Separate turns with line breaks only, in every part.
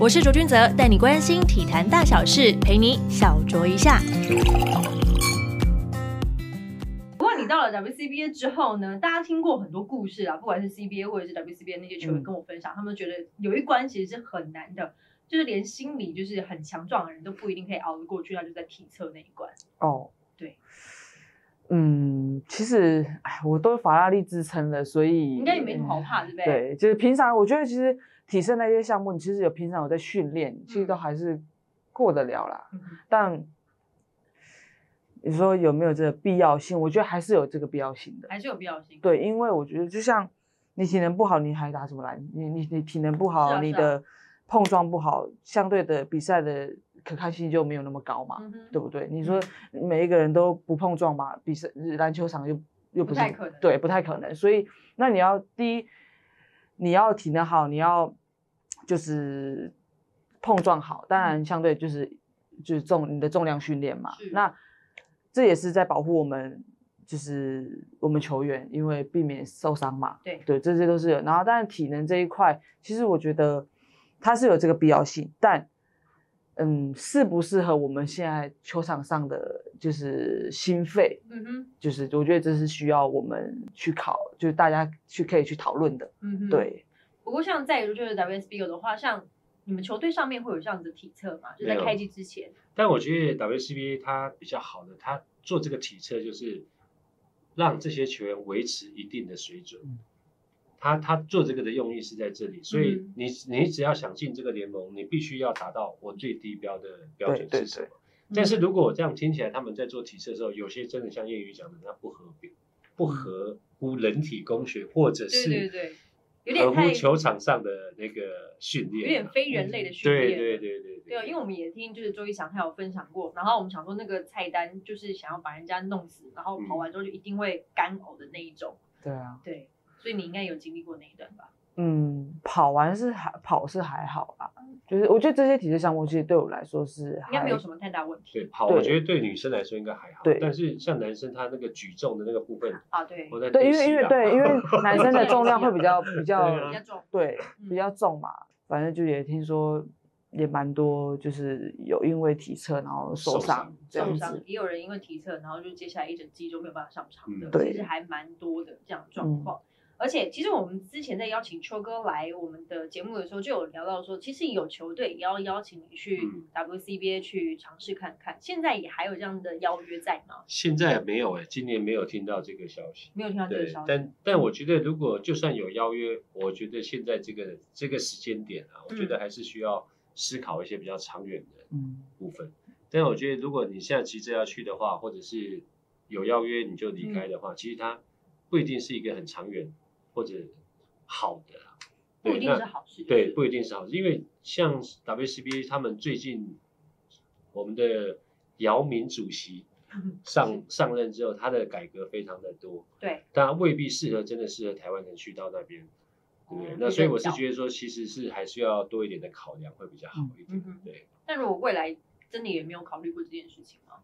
我是卓君泽，带你关心体坛大小事，陪你小酌一下。
不过你到了 WCBA 之后呢，大家听过很多故事啊，不管是 CBA 或者是 WCBA 那些
嗯
球员跟我分享，他们觉得有一关其实是很难的，就是连心理就是很强壮的人都不一定可以熬得过去，那就在体测那一关。
哦，
对，
嗯，其实，哎，我都法拉利支撑了，所以嗯
应该也没什么好怕，对不对？
对，就是平常我觉得其实体测那些项目，你其实有平常有在训练，其实都还是过得了啦。
嗯
但你说有没有这个必要性？我觉得还是有这个必要性的。
还是有必要性。
对，因为我觉得就像你体能不好，你还打什么篮？你你你体能不好，
是啊
你
是啊
的碰撞不好，相对的比赛的可看性就没有那么高嘛。
嗯哼，
对不对？你说每一个人都不碰撞嘛，比赛呃篮球场又又
不
不是
太可能
对，不太可能。所以那你要第一，你要体能好，你要就是碰撞好，当然相对就是就是重你的重量训练嘛
嗯是。
那这也是在保护我们，就是我们球员，因为避免受伤嘛。
对
对，这些都是有。然后，但是体能这一块，其实我觉得它是有这个必要性，但嗯，适不适合我们现在球场上的就是心肺，
嗯哼，
就是我觉得这是需要我们去考，就是大家去可以去讨论的。
嗯哼，。
对，
不过像在于就是 WSBO 的话，像你们球队上面会有这样子的体测嘛？就在
没有
开季之前，
但我觉得 WCBA 它比较好的，它做这个体测就是让这些球员维持一定的水准
嗯。
他他做这个的用意是在这里，所以
嗯
你你只要想进这个联盟，你必须要达到我最低标的标准
对
是什么
对。
嗯
但是如果我这样听起来，他们在做体测的时候，有些真的像谚语讲的，那不合标，不合乎人体工学，或者
对对
是
对，有点
合
太
乎球场上的那个训练，
有点非人类的训练。
对对对对
对，啊因为我们也听就是周一翔他有分享过，然后我们想说那个菜单就是想要把人家弄死，然
嗯
后跑完之后就一定会干呕的那一种。
对啊，
对，所以你应该有经历过那一段吧？
嗯，跑完是还跑是还好啦，就是我觉得这些体育项目其实对我来说是
应该
还
没有什么太大问题
对跑，
对
我觉得对女生来说应该还好，
对
但是像男生他那个举重的那个部分，
啊。对，
我在
对，因
分
为
析
因为
啊
对， 因为男生的重量会比较比较
对啊
比较重。
对，
嗯
比较重嘛。反正就也听说也蛮多，就是有因为体测然后受
受
伤
伤
这
受
样
伤
子。
也有人因为体测，然后就接下来一整季就没有办法上场的，
嗯
对
其实还蛮多的这样的状况。而且，其实我们之前在邀请秋哥来我们的节目的时候，就有聊到说，其实有球队也要邀请你去
嗯
WCBA 去尝试看看。现在也还有这样的邀约在吗？
现在没有哎、今年没有听到这个消息。
没有
啊
听到这个
对
消，息。
嗯
但但我觉得如果就算有邀约，我觉得现在这个这个时间点啊，我觉得还是需要思考一些比较长远的
嗯，
部分。但我觉得如果你现在急着要去的话，或者是有邀约你就离开
嗯
的话，其实它不一定是一个很长远或者好的啦。
不
对
一定
那
是好事。
对，不一定是好事，因为像 WCBA 他们最近，我们的姚明 主席
嗯
上上任之后，他的改革非常的多，
对，
当然未必适合真的适合台湾人去到那边，对不对
哦？
那所以我
比较
是觉得说，其实是还是要多一点的考量会比较好一
嗯
点。
哼。
对，
但如果未来真的也没有考虑过这件事情吗？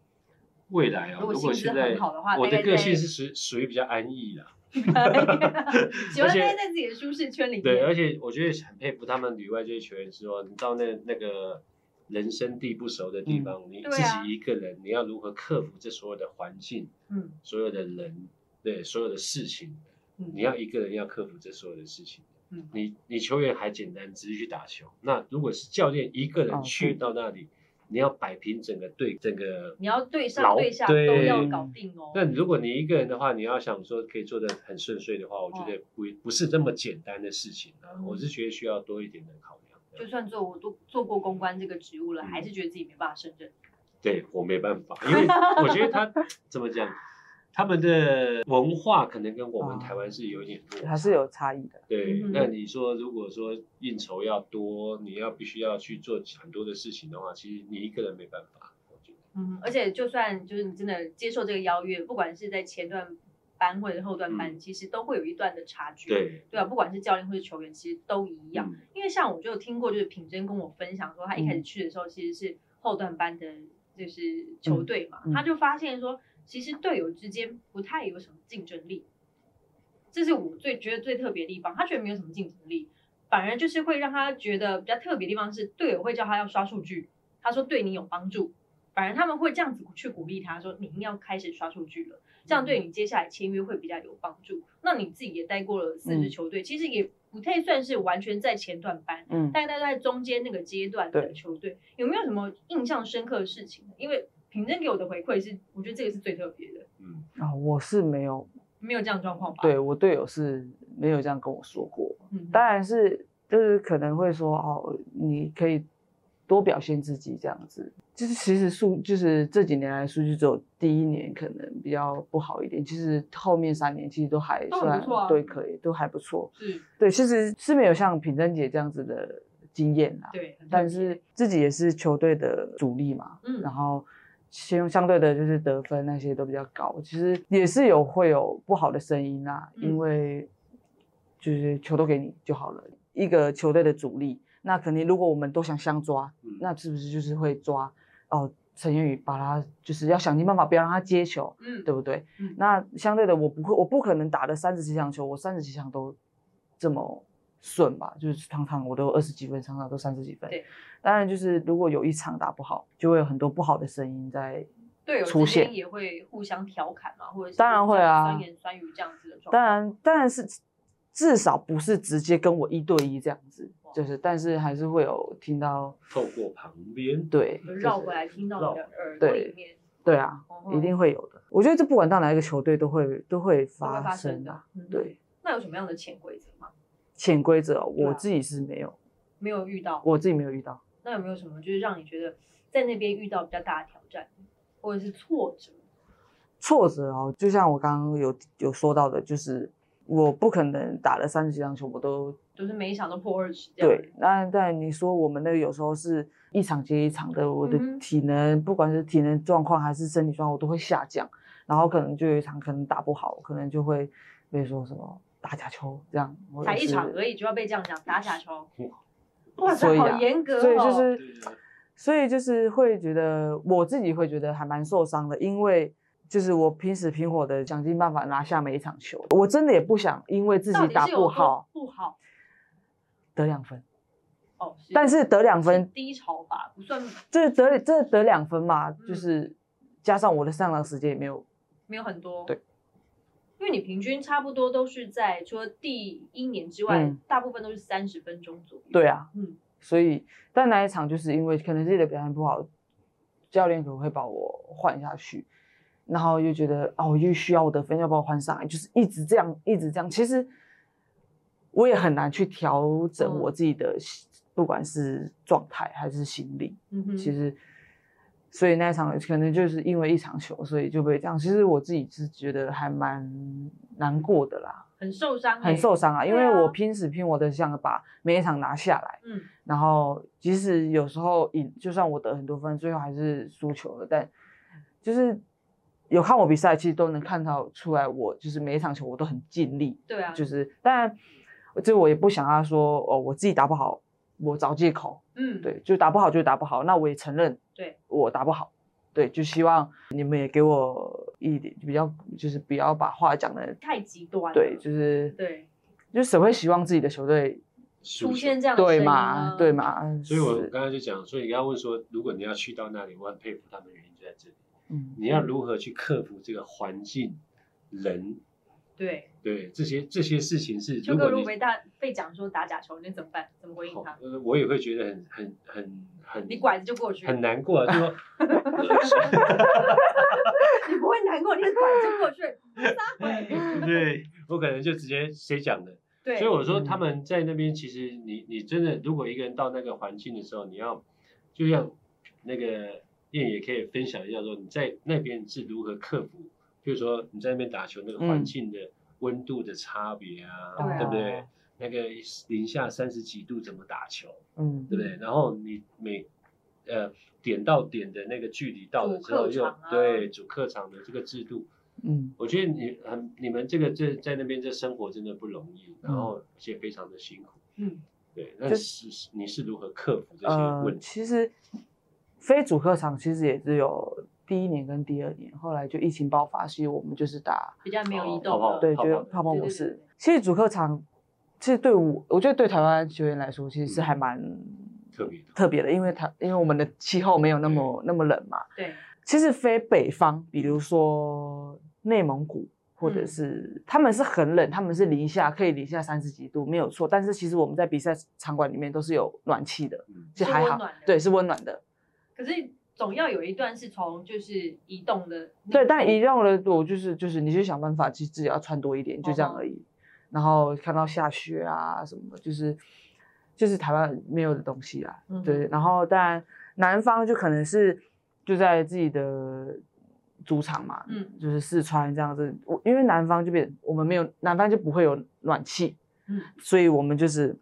未来啊，
如果
如果
薪资
现在
很好的话
我
大
的
概
个
在
性是属属于比较安逸啦，
喜欢
而且
待在自己的舒适圈里面。
对，而且我觉得很佩服他们旅外这些球员，说你到那那个人生地不熟的地方，你
对
自
啊
己一个人，你要如何克服这所有的环境、
嗯
所有的人、对所有的事情，
嗯，
你要一个人要克服这所有的事情。
嗯
你你球员还简单，只是去打球。那如果是教练一个
哦
人去
对
到那里，你要摆平整个队，整个
你要对上
老
对下都要
对
搞定哦。
那如果你一个人的话，你要想说可以做的很顺遂的话，我觉得不不是这么简单的事情啊。
嗯
我是觉得需要多一点的考量。
就算做我都做过公关这个职务了，
嗯
还是觉得自己没办法胜任。
对我没办法，因为我觉得他怎么讲，他们的文化可能跟我
哦
们
啊
台湾是有一点落差
还是有差异的。
对。
嗯
那你说，如果说应酬要多，你要必须要去做很多的事情的话，其实你一个人没办法，我觉得。
嗯，而且就算就是你真的接受这个邀约，不管是在前段班或者后段班，其实都会有一段的差距。，
对，
对啊，不管是教练或是球员，其实都一样。
嗯
因为像我就有听过，就是品珍跟我分享说，他一开始
嗯
去的时候其实是后段班的，就是球队嘛，
嗯嗯
他就发现说，其实队友之间不太有什么竞争力，这是我最觉得最特别的地方。他觉得没有什么竞争力，反而就是会让他觉得比较特别的地方是，队友会叫他要刷数据，他说对你有帮助，反而他们会这样子去鼓励他说，你一定要开始刷数据了，这样
嗯
对你接下来签约会比较有帮助。那你自己也带过了四支
嗯
球队，其实也不太算是完全在前段班，
嗯，
大概在中间那个阶段的
对
球队，有没有什么印象深刻的事情呢？因为平真给我的回馈是，我觉得这个是最特别的，
嗯，
啊、我是没有，
没有这样的状况吧？，
对我队友是没有这样跟我说过。
嗯，
当然是就是可能会说哦，你可以多表现自己这样子。就是其实数就是这几年来数据只有第一年可能比较不好一点，其实后面三年其实都还
都很
算
不错啊
对，可以都还不错。
是，
对，其实是没有像品珍姐这样子的经验啦，
对，很特别
但是自己也是球队的主力嘛，
嗯，
然后相相对的就是得分那些都比较高，其实也是有会有不好的声音啦，
嗯
因为就是球都给你就好了，一个球队的主力，那肯定如果我们都想相抓，
嗯
那是不是就是会抓哦陈彦宇把他就是要想尽办法不要让他接球，
嗯，
对不对？
嗯
那相对的，我不会，我不可能打的三十几场球，我三十几场都这么顺吧？就是常常我都二十几分，常常都三十几分。
对，
当然就是如果有一场打不好，就会有很多不好的声音在。
队友
出
之间
现
也会互相调侃嘛，或者是
当然会啊
酸言酸语这样子的状
当
况。
然，当然是至少不是直接跟我一对一这样子，
哇
就是但是还是会有听到
透过旁边，
对，
就
就是
绕回来听到
绕
你的耳朵
对
里面，嗯
对啊，一定会有的。我觉得这不管到哪一个球队都会都会
会
发
发
生
生
的、
的。嗯，
对，
那有什么样的潜规则吗？
潜规则哦、
对啊
我自己是没有，
没有遇到，
我自己没有遇到。
那有没有什么就是让你觉得在那边遇到比较大的挑战，或者是挫折？
挫折哦，就像我刚刚有有说到的，就是我不可能打了三十几场球我都
就是每一场都破二十这样。
对。那但你说我们那个有时候是一场接一场的，我的
嗯哼
体能、不管是体能状况还是身体状况，我都会下降。然后可能就有一场可能打不好，可能就会被说什么打假球这样，或者
才一
是
场而已就要被这样讲打假球，哇塞，
所以啊
好严格哦。
所以就
对
是
啊，
所以就是会觉得我自己会觉得还蛮受伤的，因为就是我拼死拼活的想尽办法拿下每一场球，我真的也不想因为自
到
己
底
打
是有
不
多
好
不好
得两分，
哦，
但是得两
两
分，
低潮吧，不算
这得这得两分嘛，就
嗯
是加上我的上场时间也没有，
没有很多。
对。
因为你平均差不多都是在除了第一年之外，
嗯
大部分都是三十分钟左右。
对，啊，
嗯，
所以但那一场就是因为可能自己的表现不好，教练可能会把我换下去，然后又觉得哦又需要我得分，要把我换上来，就是一直这样一直这样，其实我也很难去调整
嗯
我自己的心，不管是状态还是心理，
嗯哼，
其实，所以那一场可能就是因为一场球，所以就被这样。其实我自己是觉得还蛮难过的啦，
很受伤欸、
很受伤啊，因
对
为
啊
我拼死拼活的想把每一场拿下来，
嗯，
然后即使有时候赢，就算我得很多分，最后还是输球了，但就是。有看我比赛，其实都能看到出来我，就是每一场球我都很尽力，
对啊，
就是当然，这我也不想要说哦，我自己打不好，我找借口，
嗯，
对，就打不好就打不好，那我也承认，
对，
我打不好，对，就希望你们也给我一点比较，就是不要把话讲的，
太极端了。
对，就是，
对，
就谁会希望自己的球队
出
出现这样的
对
声音
嘛，
呢
对？嘛，
所以我
是
刚才就讲，所以你刚刚问说，如果你要去到那里，我很佩服他们，原因就在这里，
嗯，
你要如何去克服这个环境、人，
对，
对这些这些事情是，
秋
如
哥
果
如
你
果被大被讲说打假球，你怎么办？怎么回应
好
他？
呃我也会觉得很很很很，
你拐子就过去，
很难过啊，就说
你不会难过，你拐子过去， 撒回。
对，我可能就直接谁讲的，
对，
所以我说
嗯
他们在那边，其实你你真的，如果一个人到那个环境的时候，你要就像那个燕也可以分享一下，说你在那边是如何克服，比如说你在那边打球那个环
嗯
境的温度的差别啊，
对啊
对不对？那个零下三十几度怎么打球，
嗯，
对不对？然后你每呃点到点的那个距离到了
主
之后
客
又，
场啊
对主客场的这个制度，
嗯，
我觉得你很你们这个这在那边这生活真的不容易，然后而且非常的辛苦。
嗯，
对，那
就是
你是如何克服这些
呃
问，题？
其实非主客场其实也只有第一年跟第二年，后来就疫情爆发，所以我们就是打
比较没有移
好
动
不好
了。
对，
泡
就
泡
泡泡
对
模
对对
式
对。
其实主客场其实对我，我觉得对台湾球员来说，其实
嗯
是还蛮
特别的。
特别的，因为台因为我们的气候没有那么
嗯
那么冷嘛。
对，
其实非北方，比如说内蒙古，或者
嗯
是、他们是很冷，他们是零下可以零下三十几度，没有错。但是其实我们在比赛场馆里面都是有暖气的，
嗯，
其实
是
还
温
好
暖的，
对，是温暖的。
可是总要有一段是从就是移动的那个
对，
路，
但一样的我就是就是你去想办法，去自己要穿多一点，就这样
哦
而已。然后看到下雪啊什么，就是就是台湾没有的东西啦。
嗯
对，然后当然南方就可能是就在自己的主场嘛，
嗯
就是四川这样子。我因为南方就变我们没有南方就不会有暖气，
嗯
所以我们就是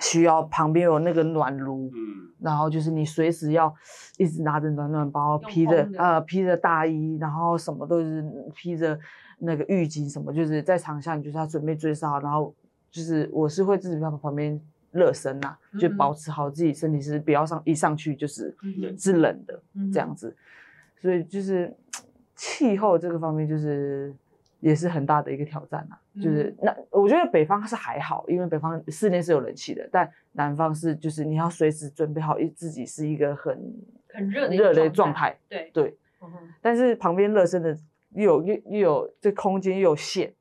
需要旁边有那个暖炉，
嗯，
然后就是你随时要一直拿着暖暖包，
用
披着
烘的
呃披着大衣，然后什么都是披着那个浴巾什么，就是在场下你就是要准备追杀，然后就是我是会自己在旁边热身呐、就
嗯哼
保持好自己身体是不要上一上去就是
嗯哼
是冷的
嗯哼
这样子，所以就是气候这个方面就是。也是很大的一个挑战啊，
嗯
就是那我觉得北方是还好，因为北方室内是有冷气的，但南方是就是你要随时准备好一自己是一个很
很热的一个
热的状
状态
态，
对
对，
嗯哼
但是旁边热身的又有又又有这空间又有限，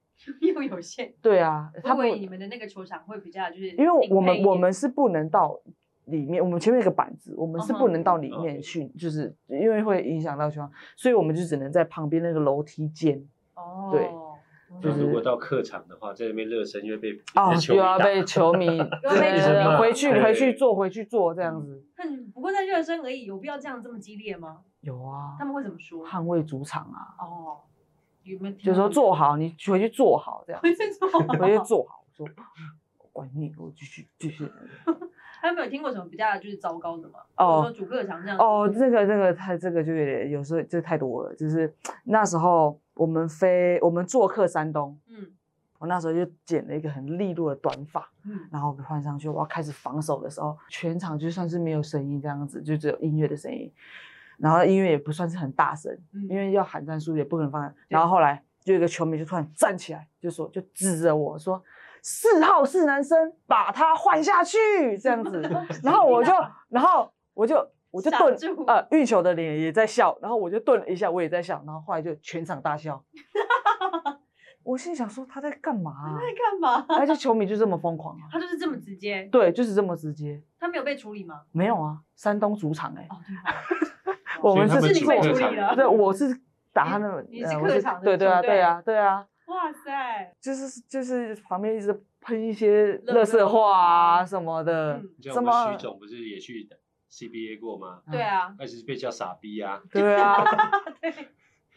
又有限。
对啊，
我
他
以
不
为你们的那个球场会比较就是
因为我
顶配
们
一
我
点
们是不能到里面，我们前面有一个板子，我们是不能到里面去，就是因为会影响到球场，所以我们就只能在旁边那个楼梯间
哦
对
嗯
就
就是
如果到客场的话，在那边热身就会被
哦
被，球
又
迷
要
打
被球迷
又被球迷
对回去
对
回去坐回去坐这样子，
哼不过在热身而已，有必要这样这么激烈吗？
有啊
他，们会怎么说？
捍卫主场啊，
哦，有没有听
就是
到
说
这个
坐好，你回去坐好这样，
回去做，
回去坐好，我说我管你，我继续继续。
还有没有听过什么比较就是糟糕的吗？
哦
比如说主客场这样子
哦，这个这个太这个就有点，有时候这太多了。就是那时候我们飞，我们做客山东，
嗯
我那时候就剪了一个很利落的短发，
嗯
然后换上去，我要开始防守的时候，全场就算是没有声音这样子，就只有音乐的声音，然后音乐也不算是很大声，
嗯，
因为要喊战术也不可能放。
对
然后后来就有一个球迷就突然站起来，就说就指着我说。四号是男生，把他换下去，这样子。然后我就，然后我就，我就
傻
顿
住，
呃，运球的脸也在笑，然后我就顿了一下，我也在笑，然后后来就全场 大笑。我心想说他在干嘛 啊、
在干嘛？
而且球迷就这么疯狂啊？
他就是这么直接，
对，就是这么直接。
他没有被处理吗？
没有啊，山东主场哎、
哦，对哦，
我们
所以
是
他们
是你
主
被
客
处
场
理了，
对，我是打他
你
们，
你是
呃我
客场的
对对啊，
球队
对啊，对啊，
哇塞，
就是就是旁边一直喷一些
垃
垃
圾
圾话
话
啊什么的
嗯，
像
什
我们
么
徐总不是也去 CBA 过吗？
对啊，
那是被叫傻逼啊，
对啊，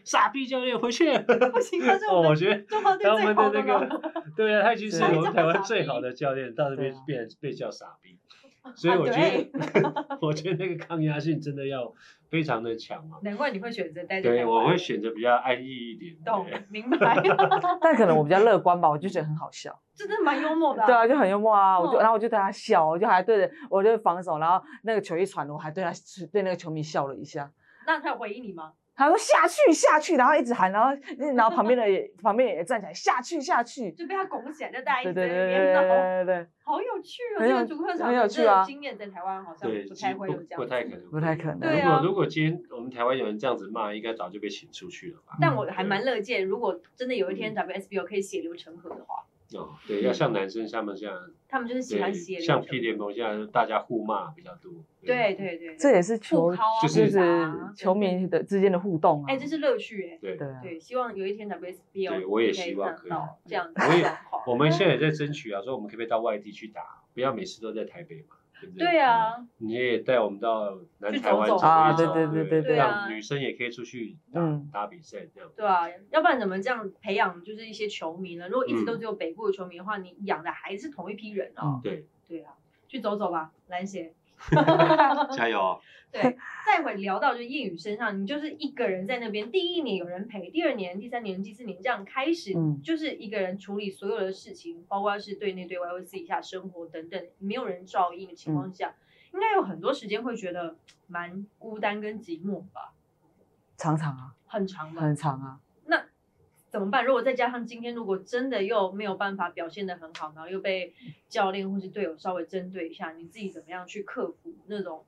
傻逼教练回去。
不行，他是我
哦，我
们
觉得
中 华队
他
最
们
好
的
的
那
了。
个， 对啊，他已经是
对
我们台湾最好的教练，到这边
对啊
变被叫傻逼，
啊
所以我觉得， 我觉得那个抗压性真的要非常的强嘛。
难怪你会选择待在
对，
台
我
湾
会选择比较安逸一点。
懂
对
明 白，
但可能我比较乐观吧，我就觉得很好笑。
这真的蛮幽默的。
对啊，就很幽默啊，我就
嗯
然后我就对他笑，我就还对着我就防守，然后那个球一传，我还对他对那个球迷笑了一下。
那他有回应你吗？
他说下去下去，然后一直喊，然后嗯然后旁边的也旁边也站起来下去下去，
就被他拱起来，就大家一
对
直在
对对
那
对
边闹，
对对对，
好有趣哦！
很
这
有
个主客场
很有
这
趣啊
个经验在台湾好像
对，
不太会有这样，
不不太可。能，
不太可能
对啊
如果如果今天我们台湾有人这样子骂，应该早就被请出去了吧？
但我还蛮乐见，如果真的有一
嗯
天 WSBO 可以血流成河的话，
嗯
哦，对，要像男生他们这样，
他们就是喜欢血
对，
流成
像
河。
P 联盟这样，大家互骂比较多。
对对对，
这也是
互
球
敲啊，
就是
就
互打
是
啊
球。
对
迷的之间的互动啊。
哎，这是乐趣哎。
对
对啊，
对，希望有一天 WSBO
对我也
可以
希望
达
可以
到这样子
我
的
也
状况。
我们现在也在争取啊，说我们可不可以到外地去打，不要每次都在台北嘛，对不对？嗯
对啊，
你也带我们到南台湾
去走走
走一
啊
走
对
对对对
对啊
让
对
女生也可以出去打、
嗯
打比赛 这样。
对啊，要不然怎么这样培养就是一些球迷呢？如果一直都只有北部的球迷的话，你养的还是同一批人哦。
嗯
对，
对啊，去走走吧，蓝鞋。
加油哦！
对，再会聊到就是叶宇身上，你就是一个人在那边，第一年有人陪，第二年、第三年、第四年这样开始，
嗯
就是一个人处理所有的事情，包括是对内对外或私底下生活等等，没有人照应的情
嗯
况下，应该有很多时间会觉得蛮孤单跟寂寞吧，
常常啊，
很长吧。
很常啊。
那怎么办？如果再加上今天如果真的又没有办法表现的很好，然后又被教练或是队友稍微针对一下，你自己怎么样去克服那种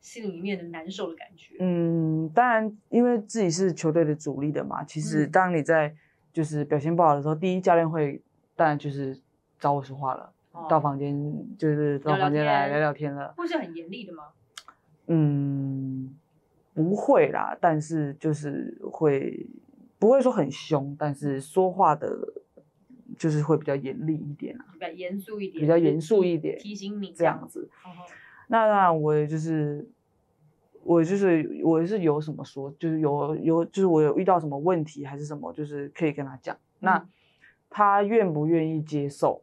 心里面的难受的感觉？
嗯，当然，因为自己是球队的主力的嘛，其实
嗯
当你在就是表现不好的时候，第一教练会当然就是找我说话了，
哦
到房间就是
聊
到
聊
房间来
天
聊聊天了。
会是很严厉的吗？
嗯，不会啦，但是就是会不会说很凶，但是说话的就是会比较严厉一点啊，
比较严肃一点，
比较严肃一点
提醒你
这样。子。
哦
那当然，我也就是，我就是我也是有什么说，就是有有就是我有遇到什么问题还是什么，就是可以跟他讲。那
嗯
他愿不愿意接受，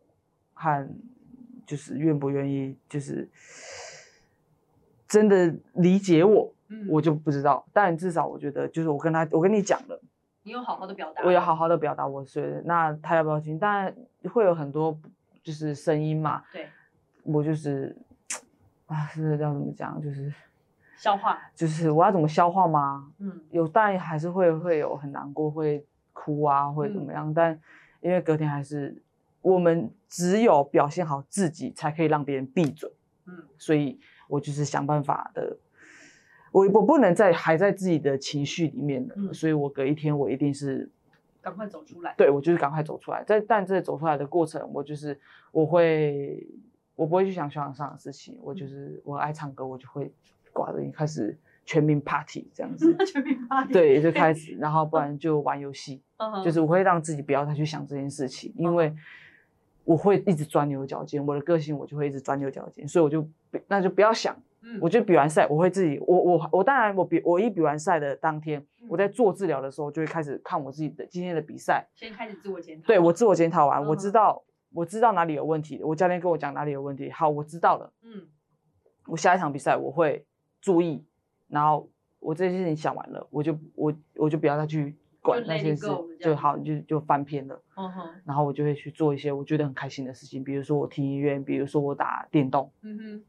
和就是愿不愿意就是真的理解我，
嗯，
我就不知道。但至少我觉得，就是我跟他，我跟你讲了。
你有好好的表达，
我有好好的表达我是，那他要不要听？当然会有很多就是声音嘛。
对，
我就是啊，是要怎么讲？就是
消化，
就是我要怎么消化吗？
嗯，
有，当然还是会会有很难过，会哭啊，会怎么样？但因为隔天还是我们只有表现好自己，才可以让别人闭嘴。
嗯，
所以我就是想办法的。我我不能在还在自己的情绪里面的，
嗯
所以我隔一天我一定是
赶快走出来。，
对我就是赶快走出来。在但这走出来的过程，我就是我会我不会去想球场上的事情，我就是我爱唱歌，我就会挂着音开始全民 party 这样子
全民发言，
嗯对，就 开始，然后不然就玩游戏，
嗯哼
就是我会让自己不要再去想这件事情，因为我会一直钻牛角尖，我的个性我就会一直钻牛角尖，所以我就不那就不要想。
嗯
我觉得比完赛，我会自己，我我我当然我比我一比完赛的当天，我
嗯
在做治疗的时候就会开始看我自己的今天的比赛，
先开始自我检讨。
对我自我检讨完，我
嗯
知道我知道哪里有问题，我教练跟我讲哪里有问题，好，我知道了，
嗯
我下一场比赛我会注意，然后我这件事情想完了，我就我我就不要再去管
就
那
let
些
it
事
go 了，这
就
样
好，就就翻篇了，
嗯哼
然后我就会去做一些我觉得很开心的事情，比如说我听音乐，比如说我打电动，
嗯哼，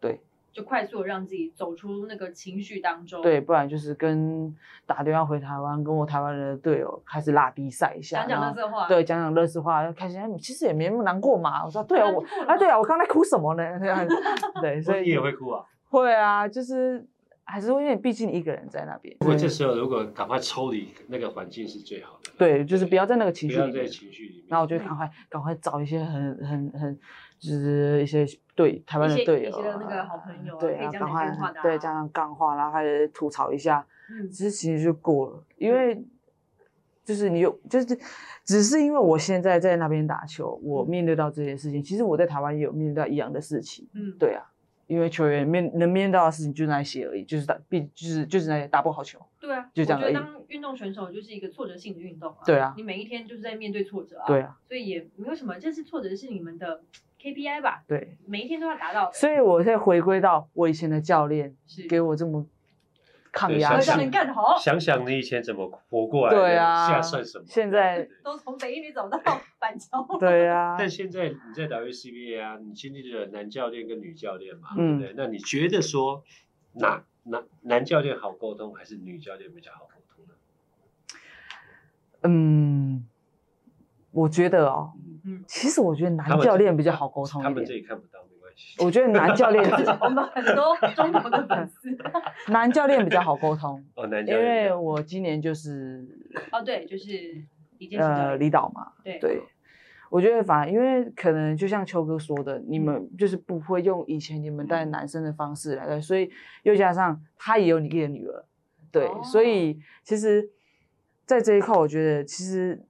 对，
就快速地让自己走出那个情绪当中，
对，，不然就是跟打电话回台湾，跟我台湾人的队友开始拉比赛一下，
讲讲
然
乐
后
色话，
啊对，讲讲乐事话，开心。哎其实也没那么难过嘛。我说对啊，
当然
我
过了
啊，对
嘛
啊，我刚才哭什么呢？这 样子对，所
所
以
以你也会哭啊。
会啊，就是还是会，因为毕竟一个人在那边，
不过这
对
时候如果赶快抽离那个环境是最好的。，
对，就是不要在那个情
不
绪
要
里
在
面。
情绪里面。
然后我就赶快赶快找一些很很很，就是一些队台湾
一
的
些
队
一
友
些
啊，
那个好朋友啊
对
可以
啊，
讲
赶
讲
快
干话的啊
对讲讲干话，然后还有吐槽一下，
嗯
其实其实就过了，因为就是你有就是只是因为我现在在那边打球，我面对到这些事情，其实我在台湾也有面对到一样的事情，
嗯，
对啊，因为球员面能面对到的事情就那些而已，就是打必就是就是那些打不好球，
对啊，
就这样
我觉得
而已
当运动选手就是一个挫折性的运动啊，
对啊
你每一天就是在面对挫折啊，
对，啊，
所以也没有什么，这是挫折是你们的 KPI 吧，
对，
每一天都要达到的，
所以我再回归到我以前的教练
是
给我这么抗
对
压
我
想
教
象
练
性，
干得好，
想想你以前怎么活过来的，
对啊
现在算什么？
现在
对
都从北一女 走到板桥，
对啊，
但现在你在 WCBA 啊，你经历了男教练跟女教练嘛，
嗯
对不对？那你觉得说哪哪男教练好沟通，还是女教练比较好沟通呢？
嗯，我觉得哦，
嗯，
其实我觉得
他
男
们
教
这
练比较好沟通
他
一
们这
点，
里看不到没关系。
我觉得男教 练
我们很多中国的粉丝，
男教练比较好沟通，
哦，男
因
教练比
为
较好，
我今年就是
哦，对，就是李健行教
呃
练，
离岛嘛，
对
对，我觉得反而因为可能就像秋哥说的，你
嗯
们就是不会用以前你们带男生的方式来带，所以又加上他也有你的女儿，对，
哦
所以其实，在这一块，我觉得其实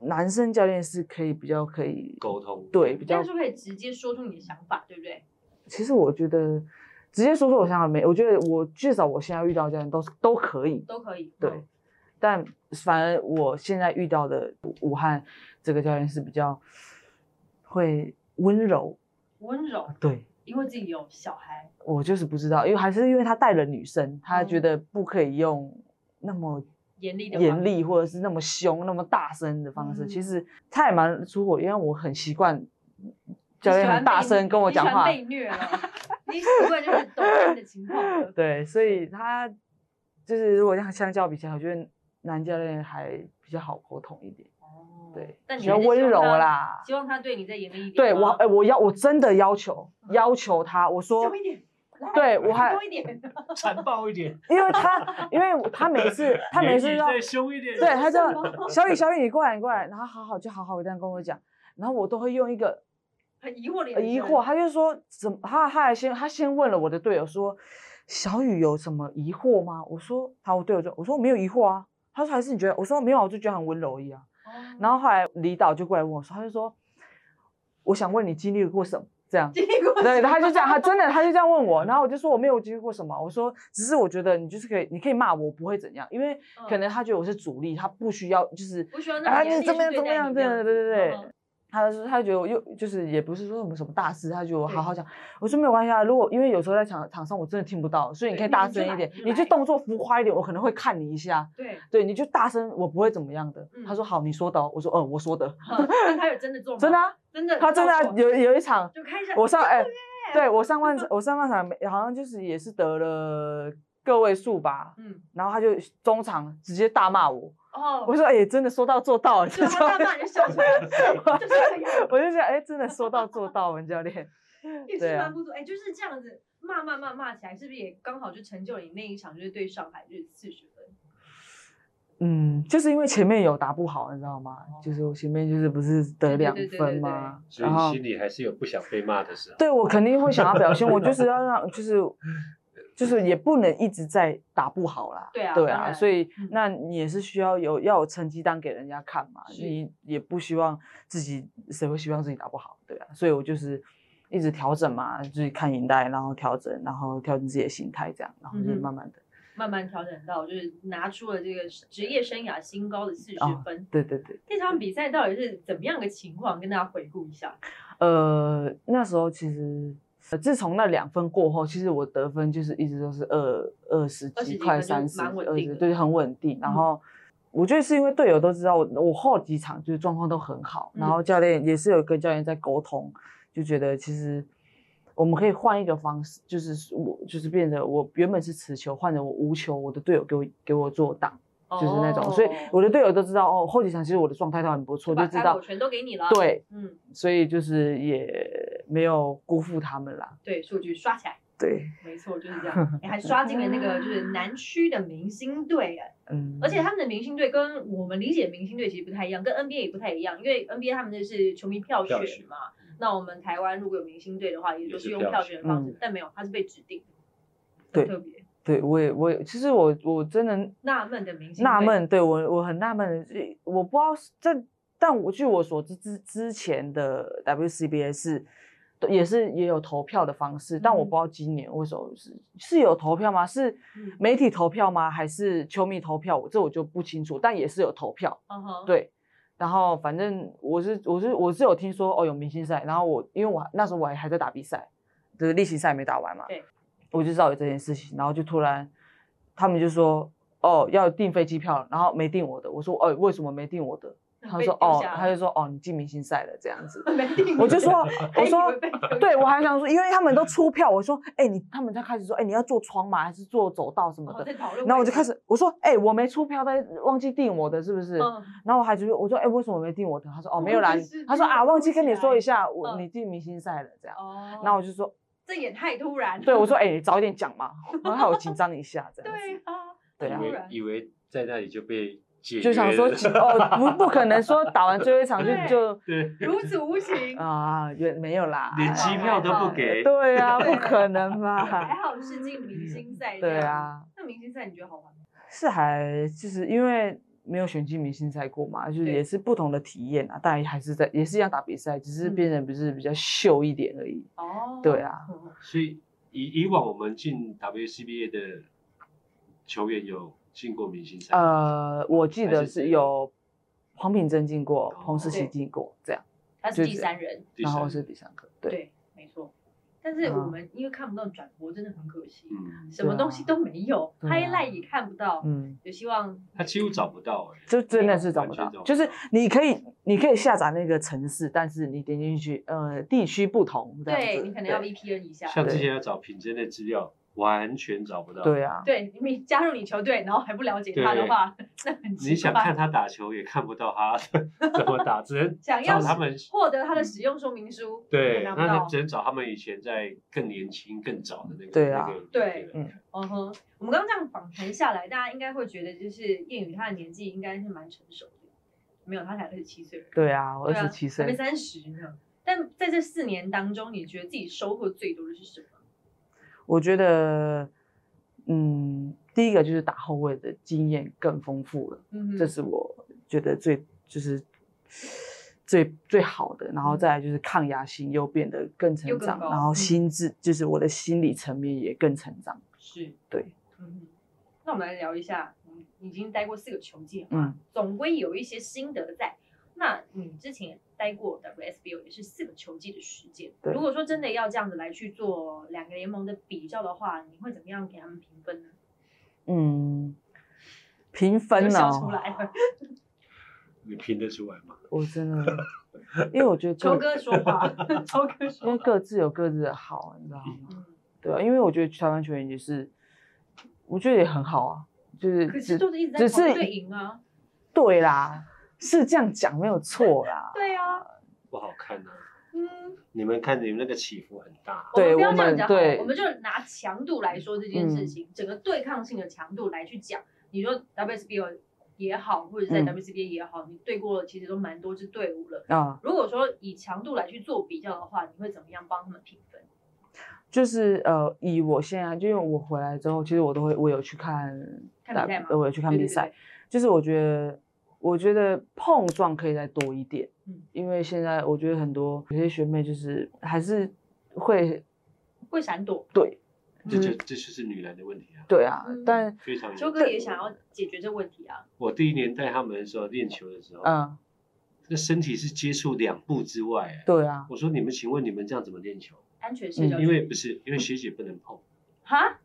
男生教练是可以比较可以，
沟通
对，比
这
较
样是不是可以直接说出你的想法，对不对？
其实我觉得直接说说我想法没，我觉得我至少我现在遇到的教练都是都可以，
都可以。嗯
对，但反而我现在遇到的武汉这个教练是比较会温柔，
温柔，
对
因为自己有小孩，
我就是不知道，因为还是因为他带了女生，他
嗯
觉得不可以用那么
严厉的
严
话
厉或者是那么凶、那么大声的方式。
嗯
其实他也蛮出我，因为我很习惯
你
教
喜
练
欢
很大
被
声跟我
你
讲
喜
话
欢，被虐了，你习惯就是懂他的情况了。
对，所以他就是如果像相较比起来，我觉得男教练还比较好沟通一点。 对，
哦但你
比较
还是希
温
望
柔
他
啦。
希望他对你再严厉一点。
对我，
哇
哎、我要我真的要求
嗯
要求他，我说
凶，一点，来
对我还
多一点，
残暴一点，
因为他，因为他每次他每次
言语
要
再凶一点，
对，他就
什么
小雨小雨你过来你过来，然后好好就好好这样跟我讲，然后我都会用一个
很疑惑的眼神
呃
哦
疑惑，，他就说怎么他他还先他先问了我的队友说小雨有什么疑惑吗？我说好，我队友说我说我没有疑惑啊，他说还是你觉得我说没有啊，我就觉得很温柔而已啊。 然后后来李导就过来问我说，他就说我想问你经历过什么这样。
经历 过
对，他就这样，他真的他就这样问我，然后我就说我没有经历过什么，我说只是我觉得你就是可以，你可以骂我，不会怎样，因为可
嗯
能他觉得我是主力，他不需要就是
不需要那么
啊
严
你
厉
怎
去对
么样怎么
待
样，
你
对
这样
对对对
嗯
他是他觉得我又就是也不是说什么什么大事，他觉得我
对
好好讲，我说没有关系啊，如果因为有时候在场场上我真的听不到，所以你
对
可以
你
大
就
声
来
一点
你，
你就
来
动作浮夸一点，我可能会看你一下，
对，
对，你就大声，我不会怎么样的。他
嗯
说好，你说的哦，我说呃我说的，
嗯那他有真的做吗？
真的啊，
真的，
他真的啊
告诉我
有有一场
就开始
我上哎、对我上半场我上半场没好像就是也是得了个位数吧，
嗯
然后他就中场直接大骂我，
哦，
我说哎、真的说到做到了，
就
这
他大
种
骂人笑出来，就是这样，
我就想哎、真的说到做到，文教练。
也
对
是
啊
蛮不错。哎，就是这样子骂骂骂骂起来，是不是也刚好就成就了你那一场就是对上海就是四十分？
嗯，就是因为前面有打不好，你知道吗？就是我前面就是不是得
对对
两
对对
分
对
吗？
所以
然
你
后
心里还是有不想被骂的时候。
对我肯定会想要表现，我就是要 让，就是就是也不能一直在打不好啦。
对啊
对
当
啊，
然
所以
嗯
那你也是需要有要有成绩单给人家看嘛，
是
你也不希望自己谁会希望自己打不好，对啊，所以我就是一直调整嘛，就是看影带，然后调整，然后调整自己的心态，这样，然后就
嗯哼
慢慢的，
慢慢调整到就是拿出了这个职业生涯新高的四十
哦
分。
对对对。
那场比赛到底是怎么样的情况？跟大家回顾一下。
呃，那时候其实，呃自从那两分过后，其实我得分就是一直都是二二十
20
几
几
快
分就
三十，
蛮稳
二
定
十
的
对，很稳定。然
嗯
后我觉得是因为队友都知道我，我后几场就是状况都很好，然
嗯
后教练也是有跟教练在沟通，就觉得其实。我们可以换一个方式，就是我就是变得我原本是持球，换成我无球，我的队友给我给我做挡，就是那
哦
种，所以我的队友都知道哦，后几场其实我的状态都很不错，
我
就知道
我全都给你了。，
对，
嗯，
所以就是也没有辜负他们啦。
对，数据刷起来，
对，
没错，就是这 样。哎还刷进了那个就是南区的明星队，哎，
嗯，
而且他们的明星队跟我们理解的明星队其实不太一样，跟 NBA 也不太一样，因为 NBA 他们那是球迷票
票
选嘛。那我们台湾如果有明星队的话，也都
也是
是用
票
票
选
选的方式，
嗯
但没有，他是被指定的，
对
很特别
对我也我也，其实我我真的
纳闷的明星队。
纳闷，对我我很纳闷，呃我不知道是这，但我据我所知之之前的 WCBA 是。也是也有投票的方式，但
嗯
我不知道今年为什么是是有投票吗？是
嗯
媒体投票吗？还是球迷投票？我这我就不清楚，但也是有投票。
嗯哼，
对，然后反正我是我是我是有听说哦有明星赛，然后我因为我那时候我还还在打比赛，就是例行赛没打完嘛，
对，
我就知道有这件事情，然后就突然他们就说哦要订飞机票了，然后没订我的，我说哦为什么没订我的？
被
他就说
丢
哦
下了
他就说哦你进明星赛了这样 子，
没定
我就说
还以
我说
为被丢
对，我还想说，因为他们都出票，我说，哎、你他们在开始说，哎、你要坐窗吗？还是坐走道什么
哦
的？
在讨论位置，
然后我就开始，我说，哎、我没出票，但忘记订我的，是不是？
嗯，
然后我还觉得，我说，哎、为什么没订我的？他说，哦，
哦
没 有啦
真是，
他说啊，
真的
忘记跟你说一下，
嗯
我你进明星赛了这样。
哦，
然后我就说，
这也太突然了。
对，我说，哎、你早一点讲嘛，然后害我紧张一下这样
对
子。
啊，
对啊
以
突
为
然
以为在那里就被解
就想
约
说
了
哦，不不可能说打完最后一场
对
就就
对，
如此无情。
啊，也没有啦，
连
还好
机票都
还好
不给，
对啊，
对
不可能吧？
还好是进明星赛，
对。啊，
那明星赛你觉得好玩吗？
是还就是因为没有选进明星赛过嘛，就是
对
也是不同的体验啊，但还是在也是一样打比赛，只是
嗯
变成不是比较秀一点而已。
哦，
对啊
嗯，
所以以以往我们进 WCBA 的球员有进过明星赛，
呃，我记
还
得
是谁
是有黄品珍进过，
哦
彭世
对
奇进过这样，
他是
就
第
是
三人，
第
然后
三
我是第三个，对，
对，没错。但是我
嗯
们因为看不到转播，真的很可惜，
嗯，
什么
对
东西
啊
都没有
对啊
，highlight 也看不到。
嗯，
有希望
他几乎找不到哎、
就真的
有
是找
完
不
全
到
找，不
就是
到
你可以你可以下载那个城市，但是你点进去，呃，地区不同这样
对
子
你可能要
对
VPN 一下，
像之
对
前要找品珍的资料，完全找不到。
对啊，
对你加入你球队，然后还不了解他的
对
话， 那很奇怪。
你想看他打球也看不到他 怎么打，只能
想要
找他们。
获得他
嗯
的使用说明书，也
对，
拿
那
不
他
到。
只能找他们以前在更年轻、更早的那个。
对啊
那个
对
那个
嗯哼，我们刚刚这样访谈下来，大家应该会觉得，就是谚语他的年纪应该是蛮成熟的，没有，他才二十七岁而已，
对啊，我二
对啊
十七
还没
岁，
三十呢。但在这四年当中，你觉得自己收获最多的是什么？
我觉得，嗯，第一个就是打后卫的经验更丰富了，
嗯哼，
这是我觉得最就是最最好的。然后再来就是抗压性又变得更
嗯又
成
更
长，
高
然后
嗯
心智就是我的心理层面也更成长。
是，
对，
嗯哼。那我们来聊一下，嗯，已经待过四个球季了嘛，
嗯，
总归有一些心得在。那你之前待过 WSBO 也是四个球季的时间，
对
如果说真的要这样子来去做两个联盟的比较的话，你会怎么样给他们评分呢？
嗯，评分哦
就
呢、
笑出 来了。
你拼得出来吗？
我真的， 因为我觉得
秋
各
哥说话， 秋哥
因为
说话。
各自有各自的好，你知道吗？
嗯，
对啊，因为我觉得台湾球员也是，我觉得也很好啊，就是
可
只
是都是一直在
只
同
是
队赢啊。。
对啦，是这样讲没有错啦
对啊，
不好看啊！
嗯，
你们看你们那个起伏很大。
对
我们不要
我
这样
们
讲好了，
对嗯
我们就拿强度来说这件事情，整个对抗性的强度来去讲。你说 WSBO 也好，或者在
嗯
WCBA 也好，你对过其实都蛮多支队伍了。
啊，
如果说以强度来去做比较的话，你会怎么样帮他们评分？
就是呃，以我现在，就因为我回来之后，其实我都会，我有去看
看
大
比赛吗
我有去看
对
比赛，，就是我觉得，我觉得碰撞可以再多一点，
嗯
因为现在我觉得很多有些学妹就是还是会
对对会闪躲。
对
这就这就是女人的问题啊，
对啊，
嗯
但
非常有
秋哥也想要解决这个问题啊。
我第一年带他们的时候，练球的时候，
嗯，
那身体是接触两步之外、哎
对啊，
我说你们，请问你们这样怎么练球？
安全社交距离，
嗯因为不是，因为学姐不能碰，
哈，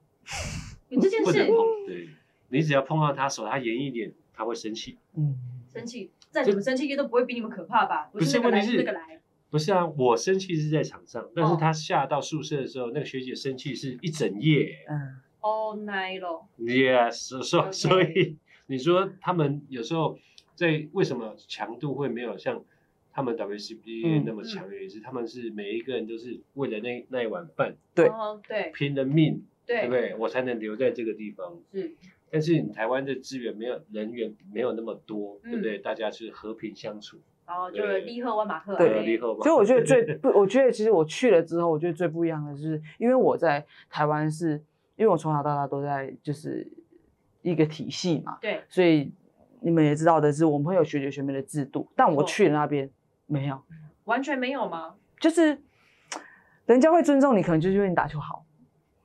有这件
不能
事，
碰。对，你只要碰到她手，她严一点，她会生气。
嗯，
生气再怎么生气也都不会比你们可怕吧？不
不
是
是
那个
问
来
题是
那个来，
不是啊，我生气是在场上，但
哦
是她下到宿舍的时候，那个学姐生气是一整 夜。
嗯，
all night long。
Yes，所所
OK
所以你说他们有时候在为什么强度会没有像他们 WCBA
嗯
那么强，原因是他们是每一个人都是为了那那一碗饭
对
哦对
拼了命，对
对
不对？我才能留在这个地方。
是，
但是你台湾的资源没有人员没有那么多，
嗯
对不对？大家是和平相处，
然后就是
对
利赫万马赫，
对
合理后吧。
所以我觉得 最不，我觉得其实我去了之后，我觉得最不一样的就是，因为我在台湾是，因为我从小到大都在就是一个体系嘛，
对，
所以你们也知道的是，我们会有学姐学妹的制度，但
错
我去了那边没有，
完全没有吗？
就是人家会尊重你，可能就是因为你打球好，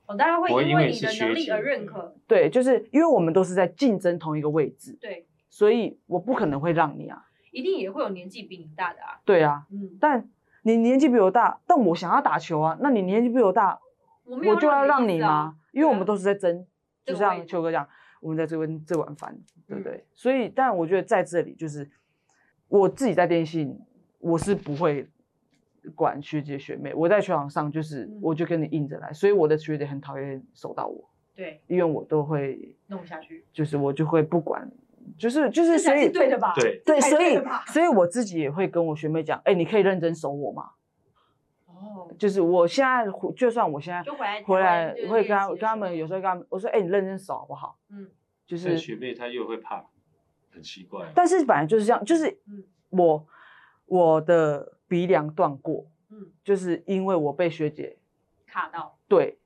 哦，大家会
不会
因
因
为
为
你
是
的
学
能力
姐
而认可，
对，就是因为我们都是在竞争同一个位置，
对，
所以我不可能会让你啊，
一定也会有年纪比你大的啊。
对啊，
嗯，
但你年纪比我大，但我想要打球啊，那你年纪比我大，
我没有
我就要让
的意
你
思啊
吗？？因为我
对啊
们都是在争，
这
就
个嗯位
像
置
秋哥讲，我们在这边这碗饭，对不对？所以，但我觉得在这里就是我自己在电信，我是不会管学姐学妹，我在球场上就是
嗯
我就跟你硬着来，所以我的学姐很讨厌守到我，
对，
因为我都会
弄下去，
就是我就会不管，就是就是
这
所
才
以
是对的吧？
对
对，
才
所
对
以
的吧
所以我自己也会跟我学妹讲，哎，你可以认真守我嘛，
哦，
就是我现在回就算我现在
就回来
回来
就是
会
练
跟他
习的
跟
时
他
候
们有时候跟他们我说，哎、你认真扫好不好？
嗯
就
但
是，
学妹她又会怕，很奇怪。
但是本来就是这样，就是
嗯
我我的鼻梁断过，
嗯
就是因为我被学姐
卡到，
对，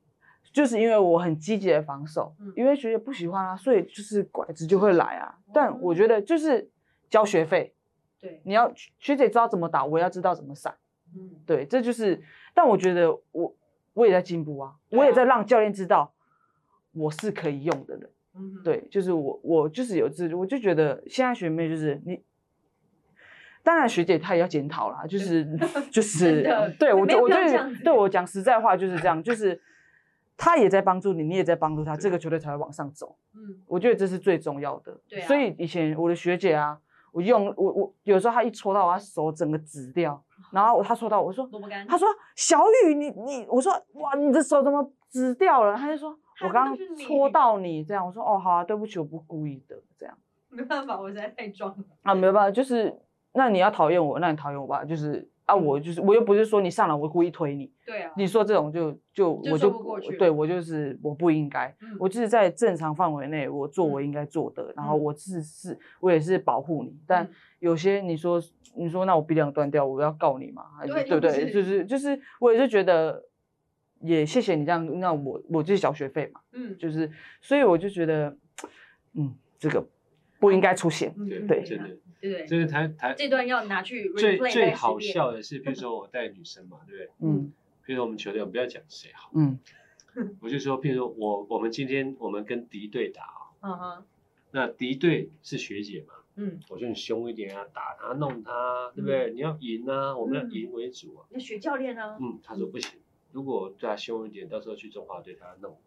就是因为我很积极的防守，
嗯哦
因为学姐不喜欢啊，所以就是拐子就会来啊。但我觉得就是交学费，
对，
你要学姐知道怎么打，我也要知道怎么闪。
嗯
对，这就是，但我觉得我我也在进步啊，
对啊
我也在让教练知道我是可以用的人。
嗯哼，
对，就是我我就是有自，我就觉得现在学妹就是你，当然学姐她也要检讨啦，就是 就是
真的
对我
没
就
有
我就
必要这样子
对我讲实在话就是这样，就是她也在帮助你，你也在帮助她，这个球队才会往上走。
嗯
我觉得这是最重要的。
对啊
所以以前我的学姐啊，我用我我有时候她一戳到我，她手整个紫
哦嗯
掉，然后她戳到我我说
萝卜干，
他说：“小雨，你你，我说哇，你的手怎么紫掉了，他就说
还
我
不
刚刚
是你
戳到你这样，我说哦好啊，对不起，我不故意的这样
没办法，我实在太壮了。
啊，没有办法，就是那你要讨厌我，那你讨厌我吧，就是啊，我
嗯
就是我又不是说你上来我故意推你，
对啊，
你说这种就就
就
我
说
就
不过去
对
了
我就是我不应该，
嗯
我就是在正常范围内我做我应该做的，然后
嗯
我是是我也是保护你，但
嗯
有些你说你说那我鼻梁断掉，我要告你嘛，还是
对
对不
又不
对？
是
就是就是我也是觉得也谢谢你这样，那我我就是缴学费嘛，
嗯
就是所以我就觉得嗯这个不应该出现，
嗯嗯
对
真的，
对对，
真的台台
这段要拿去
最
replay
最
再
好
识别
笑的是，比如说我带女生嘛，对不对？
嗯
比如说我们球队，我们不要讲谁好，
嗯
我就说，比如说我我们今天我们跟敌对打哦，
嗯哼，
那敌对是学姐嘛，
嗯，
我说你凶一点啊，打她弄她，对不
嗯
对？你要赢啊，我们要
嗯
赢为主啊。
那学教练呢？
嗯，他说不行，如果我对她凶一点，到时候去中华队她弄我。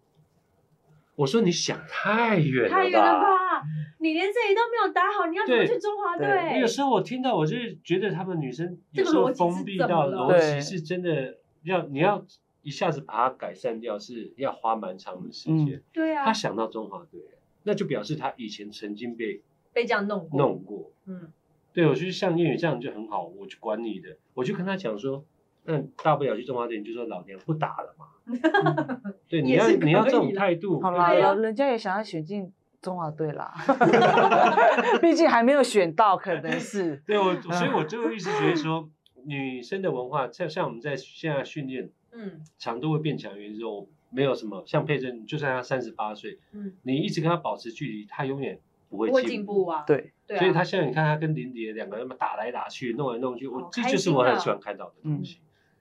我说你想太远
太远了吧！你连这里都没有打好，你要怎么
对
去中华
那
队
个？时候我听到，我就是觉得他们女生
这
有
个
时
逻
候
辑是
封闭
怎
到
么了
逻
对
辑是真的要你要一下子把它改善掉，是要花蛮长的时间。
对啊
他，想到中华队，那就表示他以前曾经被
被这样弄过，
弄过。
嗯，
对我就是像谚语这样就很好，我就管你的，我就跟他讲说，那大不了去中华队，你就说老娘不打了嘛。 嗯对，你
也
要
是可
你要这
以
种
啦
态度。
好
对
啦，
啊
人家也想要选进中华队啦， 毕竟还没有选到，可能 是
对我，所以我最后一直觉得说，女生的文化，像像我们在现在训练。
嗯
强度会变强，原因是我没有什么像佩珍，就算她三十八岁，
嗯，
你一直跟她保持距离，她永远不
不
会
会
进
进。步啊，
对，
对啊，
所以她现在你看她跟林蝶两个人打来打去，弄来弄去，我
好
这
开
就是
心
我
啊
很喜欢看到的东
嗯
西。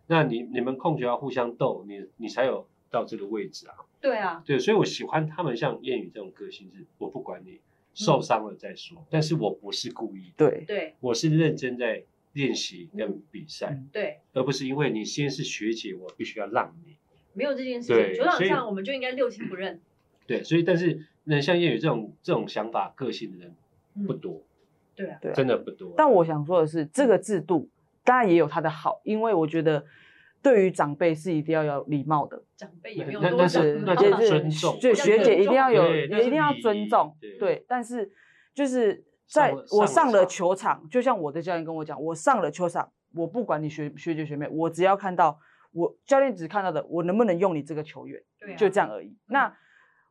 那你你们控球要互相斗，你你才有到这个位置啊。
对啊，
对，所以我喜欢他们像谚语这种个性是，我不管
嗯
你受伤了再说，但是我不是故意的，
对，
对
我是认真在练习跟比赛，
嗯
对，
而不是因为你先是学姐，我必须要让你。
没有这件事情，
对
球场
所以
上我们就应该六亲不认，
对，所以但是能像谚语这种这种想法、个性的人
嗯
不多，
对啊，
对啊
真的不多。
但我想说的是，这个制度当然也有它的好，因为我觉得对于长辈是一定要有礼貌的，
长辈也
那
没有
那
多
那
长
是
是
啊，
那
就
叫
是
尊重，
对
要
学
尊
姐一定
重
要有，
对那
也一
是
定要
礼仪
尊重，
对
对。但是就是在
上了
我
上
上了
了场
球场，就像我的教练跟我讲，我上了球场，我不管你学学姐学妹，我只要看到我教练只看到的，我能不能用你这个球员。
对啊，
就这样而已。那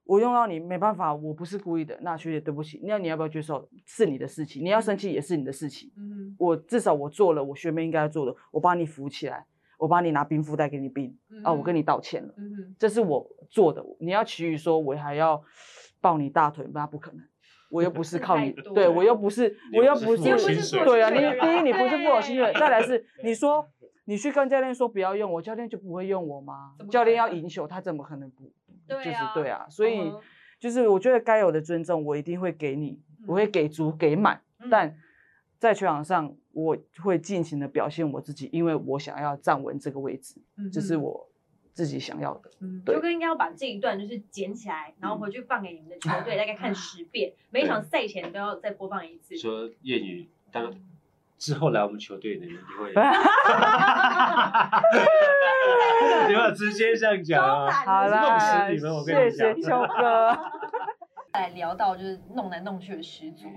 我用到你没办法，我不是故意的。那学姐，对不起，那你要不要接受是你的事情，你要生气也是你的事情。
嗯
我至少我做了我学妹应该要做的，我把你扶起来，我把你拿冰敷袋给你冰
哼，
啊，我跟
你，
你道歉了，
嗯哼，
这是我做的。你要其余说我还要抱你大腿，那不可能。我又不 是靠你
太，多
对
了
我又不是，
你
我又
又不
不
是付
是
我薪水
对啊，
的
你
人
第一你不是付我薪水，
对
再来是你说你去跟教练说不要用我，教练就不会用我吗
怎么？
教练要
可能
赢球，他怎么可能不？
对
就是
啊
对啊，所以
嗯
就是我觉得该有的尊重，我一定会给你，我会给足给满，
嗯
但在球场上我会尽情的表现我自己，因为我想要站稳这个位置，
嗯
这
哼
是我自己想要的。
嗯，
对
就跟应该要把这一段就是捡起来，然后回去放给你们的球
嗯
队，大概看十遍，每一场赛前都要再播放一次。
说谚语，当之后来我们球队的人就 会， 你要直接这样讲
招
啊。
揽
好
了
啦
啦，
弄死你们我跟
谢
你
谢
讲
秋哥。
来聊到就是弄来弄去的始祖，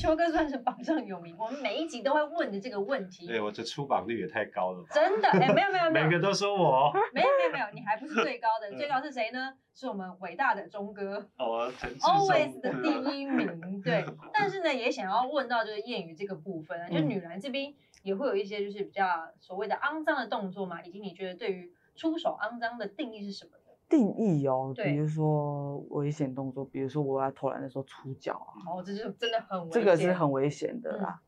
秋哥算是榜上有名，我们每一集都会问的这个问题。
对，我这出榜率也太高了吧，
真的，哎、没有没有没有，
每个都说我，
没有没有没有，你还不是最高
嗯
的，最高是谁呢？是我们伟大的钟哥
哦，陈志
，always
忠
的
啊
第一名。 对，但是呢，也想要问到就是谚语这个部分啊，就
嗯
女篮这边也会有一些就是比较所谓的肮脏的动作嘛，以及你觉得对于出手肮脏的定义是什么呢？
定义哦，
对
比如说危险动作，比如说我要投篮的时候出脚啊，
哦，这就是真的很危
这个是
险嗯
很危险的啦。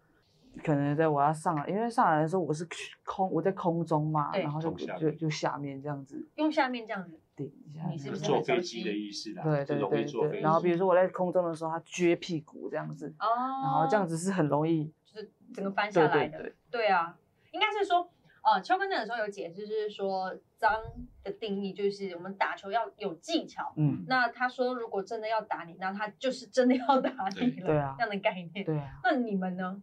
可能在我要上来，因为上来的时候我是空，我在空中嘛，
对
然后就
从下
就
面
就下面这样子
用下面这样子，
顶一下
你是不
这样
是嗯
子，
坐飞机的意思啦，
对
就
对
容易
对
坐飞
对。
机。
然后比如说我在空中的时候，他撅屁股这样子，
哦，
然后这样子是很容易
就是整个翻下
对
来
对
的。
对，
对啊，应该是说，呃，秋哥那个时候有解释，就是说脏的定义就是我们打球要有技巧。
嗯，
那他说，如果真的要打你，那他就是真的要打你了，
对啊
这样的概念。
对啊，
那你们呢？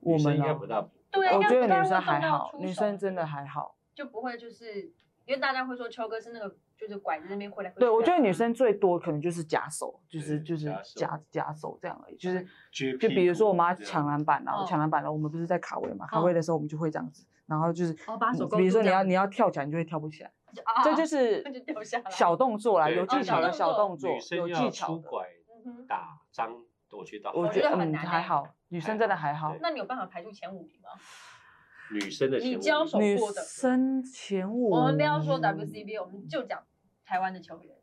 我
女生
们
应该
哦
不大，
对啊，应
我
该
觉得
不太会
女生
动
还
到
好
出，手
女生真的还好，
就不会就是因为大家会说秋哥是那个就是拐子那边挥来挥去的。
对，我觉得女生最多可能就是夹手，就是
嗯对
就是
夹手
夹夹手这样而已，就是
撅
就
屁
比如说
股
我妈
这样
抢篮板啊，
哦
抢篮板了，我们不是在卡位嘛？卡
哦
位的时候我们就会这样子，然后就是
哦把手
嗯
勾
比如
住
说你
这
要
样
你要跳起来，你就会跳不起来，
啊，
这就 是
那就掉下来
小动作啦，
对
有技
哦
巧的小
小
动
动
作
女，生
有
要
技巧
出
的。
拐
嗯哼
打张，我觉得
我
好
觉
觉
得
得很
嗯
难欸
还好，女生真的还好
还。
那你有办法排出前五名吗？
女生的
你
前五
交
名
手
女
过的
生前五，
我们不要说 WCB，我们就讲台湾的球员。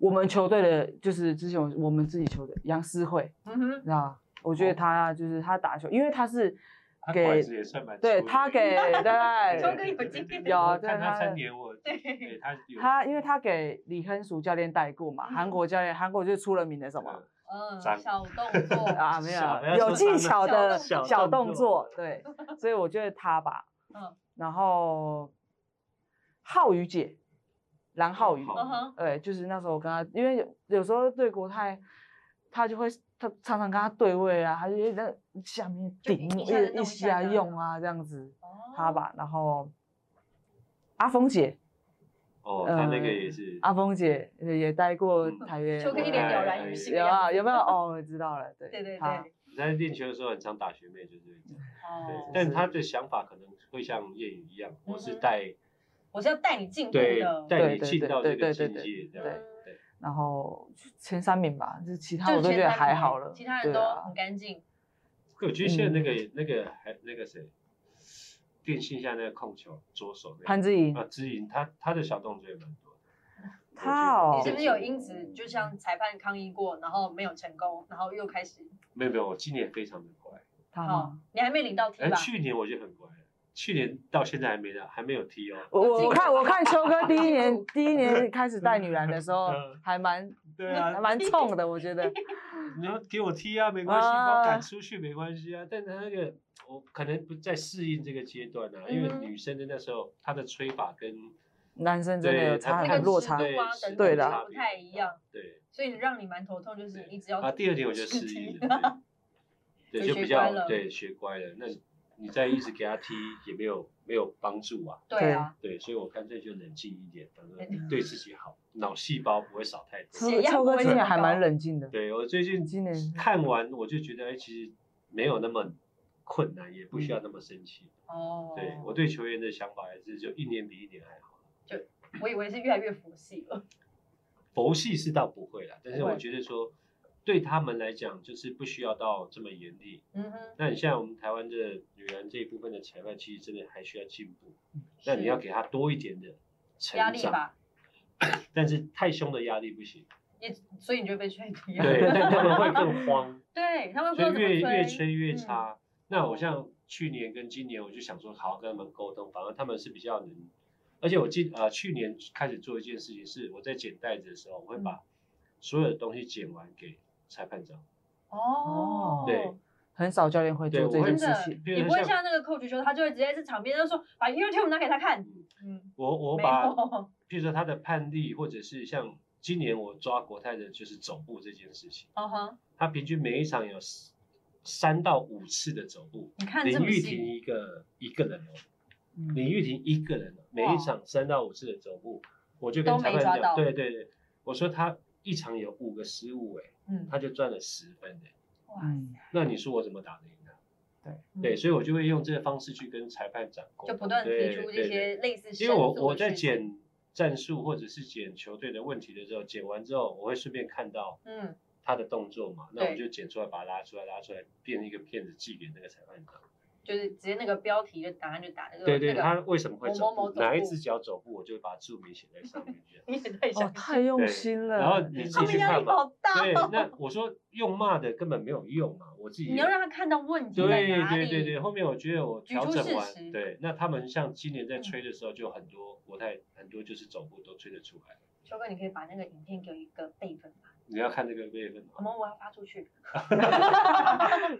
我们球队的就是之前我我们自己球队杨思慧，
嗯哼，
你知道吧？我觉得
哦
她就是她打球，因为她是
她
给
管子也算蛮
对
粗的
她给对
秋
对
哥有经验。
有
我
对
看
她
他
的
三年，我
对
对他有
他因为他给李亨淑教练带过嘛，
嗯
韩国教练，韩国就出了名的什么
嗯，
张
小动作
啊？没
小不要
有，有
说
技
他们
巧的
小动
小动作
作，
对，所以我觉得他吧，
嗯
然后浩宇姐，蓝浩宇，
浩
嗯哼，
对，就是那时候我跟他，因为有有时候对国泰，他就会他常常跟他对位啊，他就一直在下面
就
顶
一下子弄
一
一下
下
这样
用啊这样子，
哦
他，吧，然后阿峰姐，
哦，他那
呃
个也是
阿峰姐呃也也待过
嗯
台约，
秋哥一脸了然于心的
有啊，
样子
有 没有？哦，我知道了，对
对对对，
他
你在练球的时候很常打学妹，就是这样。对
哦，
但他的想法可能会像谚语一样，我是
嗯哼
带
我是要带你进步
对
的。
带你
对
进
对
到
对
这
对
个境
对
界，这样
对
对。
然后前三名吧，就是其他
就
我都
前
觉得
三
还
名
好了，
其他
对
人都
啊
很干净。
我觉得现在那
嗯
个那个还那个谁，电信下那个控球左手那
潘
个
之颖，
啊，知颖他他的小动作也蛮多的。
他
我觉
你
哦
得
是不是有因此就像裁判抗议过，然后没有成功，然后又开始？
没有没有，我今年非常的乖，
他
哦
吗？，
你还没领到 T
哎，
吧？
去年我就很乖了，去年到现在还没到，还没有踢 哦。
我我我看我看秋哥第一年
进
第一年开始带女篮的时候
嗯
还蛮
对
还
啊，
蛮冲的，我觉得
你要给我踢啊，没关系，
啊
把我赶出去没关系啊。但他那个我可能不在适应这个阶段啊，因为
嗯哼
女生的那时候她的吹法跟
男生真的有
对
差
那
他
很
个
很落
尺
差
度，
对
啊
是
等
对
等
啦
都不太一样，
对
所以让你蛮头痛，就是你只要
啊。第二点我就适应了， 对，
啊就
对就
学乖
比较
了
对学乖了。那你再一直给他踢也没有没有帮助啊。
对啊，
对，所以我干脆就冷静一点，反
对
正对自己好，脑细胞不会少太多。
血压
秋
不
哥
会
今
那
年
么
还蛮
高
冷静的，
对我最近
今年
看完我就觉得，哎，其实没有那么困难，也不需要那么生气。
哦，
对我对球员的想法还是就一年比一年还好。
我以为是越来越佛系 了，
佛系是倒不会啦，但是
不会
我觉得说，对他们来讲就是不需要到这么严厉。
嗯哼，
那你像我们台湾的女篮这一部分的裁判，其实真的还需要进步。那
是
你要给他多一点的成
压力
长，
吧，
但是太凶的压力 不行。
也所以你就被吹皮了，
对，但他们会 更慌，
对，他们不知
所
道
以
怎么吹，嗯
越越吹越差。那我像去年跟今年，我就想说好好跟他们沟通，反而他们是比较能。而且我记呃去年开始做一件事情，是我在剪带子的时候，
嗯
我会把所有的东西剪完给裁判长。
哦，
对，
很少教练会
对
做这
我
件
真
会
事
的
情，，
比
你
如
不会
像
像那个 coach 说，他就会直接在场边就说把 YouTube 拿给他看，
嗯，
嗯，
我我
没
把
有，哦
譬如说他的判例，或者是像今年我抓国泰的就是走步这件事情，
嗯哼，
他平均每一场有十三到五次的走步，
你看这
林
么
玉婷
细，
一个一个人哦，
嗯
林玉婷一个人哦，每一场三到五次的走步，我就跟
都没
裁判
抓
讲，
到
对对对，我说他一场有五个失误，哎，
嗯，
他就赚了十分哎，
哇
嗯，
那你说我怎么打得赢他？
嗯
对，所以我就会用这个方式去跟裁判讲沟
就
通，
不断提
对
出这
对对
些类似
因为我
申诉的
我在
事情，
剪战术或者是剪球队的问题的时候，剪完之后，我会顺便看到
嗯，
他的动作嘛，那
对
我就剪出来，把它拉出来，拉出来变成一个片子寄给那个裁判长。
就是直接那个标题就答案就打那个，
对对，
呃那个
他为什么会
某
走
某某
步？
走
哪一
步。
只脚走步，我就会把它注明写在上面这样
你也太
哦，
想，
太用心了，
然后你自
他
己
们
去
压
看
力
嘛。
好大
对，
哦，
那我说用骂的根本没有用嘛，我自己
你要让他看到问题
对
在哪
对
里，
对对，后面我觉得我
举出
调整
事
完，
实
对，那他们像今年在吹的时候，就很多国泰很多就是走步都吹得出来。
秋哥，你可以把那个影片给我一个备份吧，
你要看这个备份吗
我？们我要发出去，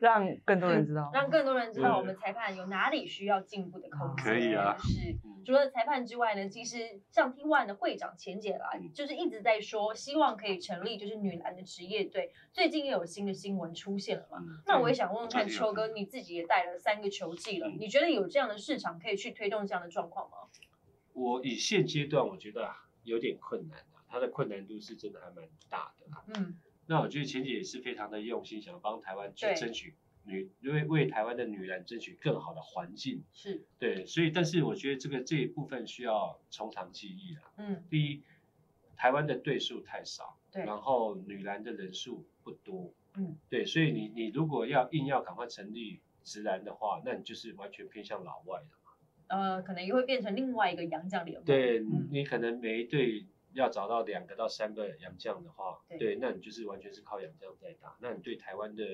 让更多人知道，
让更多人知道
对
我们裁判有哪里需要进步的空间。
可以啊
是
嗯
除了裁判之外呢，其实像 T One 的会长钱姐啦，
嗯
就是一直在说希望可以成立就是女篮的职业队，最近也有新的新闻出现了嘛。
嗯
那我也想问问看
最近有
秋哥，你自己也带了三个球季了，
嗯
你觉得有这样的市场可以去推动这样的状况吗？
我以现阶段我觉得啊有点困难啊，它的困难度是真的还蛮大的啦。
嗯，
那我觉得前姐也是非常的用心，想帮台湾去
对
争取女，为为台湾的女篮争取更好的环境。
是，
对，所以但是我觉得这个这一部分需要从长计议啦。
嗯
第一，台湾的队数太少，
对
然后女篮的人数不多，
嗯，
对，所以你你如果要硬要赶快成立直男的话，那你就是完全偏向老外的。
呃，可能也会变成另外一个洋将联盟。
对、
嗯
你可能每一队要找到两个到三个洋将的话，
对
那你就是完全是靠洋将在打，那你对台湾的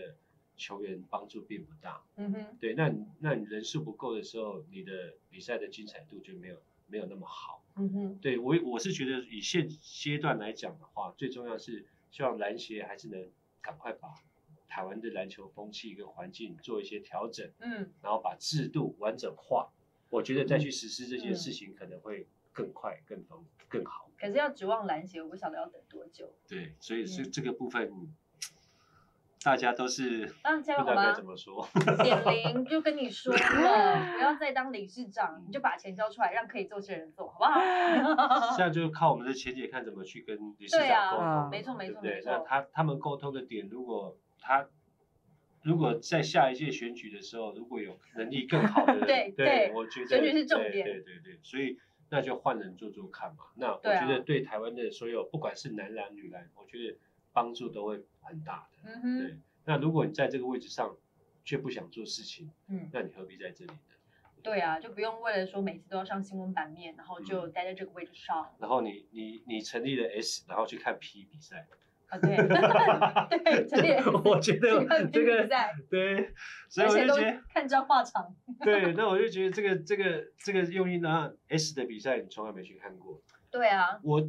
球员帮助并不大。
嗯哼，
对，那你那你人数不够的时候，你的比赛的精彩度就没有没有那么好。
嗯哼，
对我我是觉得以现阶段来讲的话，最重要是希望篮协还是能赶快把台湾的篮球风气跟环境做一些调整，
嗯，
然后把制度完整化。我觉得再去实施这些
嗯
事情可能会更快、更方、更好。
可是要指望篮协，我不晓得要等多久。
对，所以这
嗯
这个部分，大家都是不
啊
知
加油
道该
吧
怎 么说。
点零就跟你 说了，不要再当理事长，你就把钱交出来，让可以做事的人做，好不好？
现在就靠我们的前姐看怎么去跟理事
对啊
长沟通嘛，
没错没
对不
错没
对那
错
他他们沟通的点，如果他如果在下一届选举的时候，如果有能力更好的人，
对对
我觉得
选举是重
对
点
对对对，所以那就换人做做看嘛。那我
对啊
觉得对台湾的所有，不管是男篮女篮，我觉得帮助都会很大的。
嗯哼，
对，那如果你在这个位置上却不想做事情，
嗯，
那你何必在这里呢？
对啊，就不用为了说每次都要上新闻版面，然后就
嗯
待在这个位置上
然后你你你成立了 S，然后去看 P 比赛。
啊，对， 对，这也
我觉得这
个比
个
赛，
对，所以
而
我
且
就
都
觉得
看彰化场，
对，那我就觉得这个这个这个用意呢，S 的比赛你从来没去看过，
对啊，
我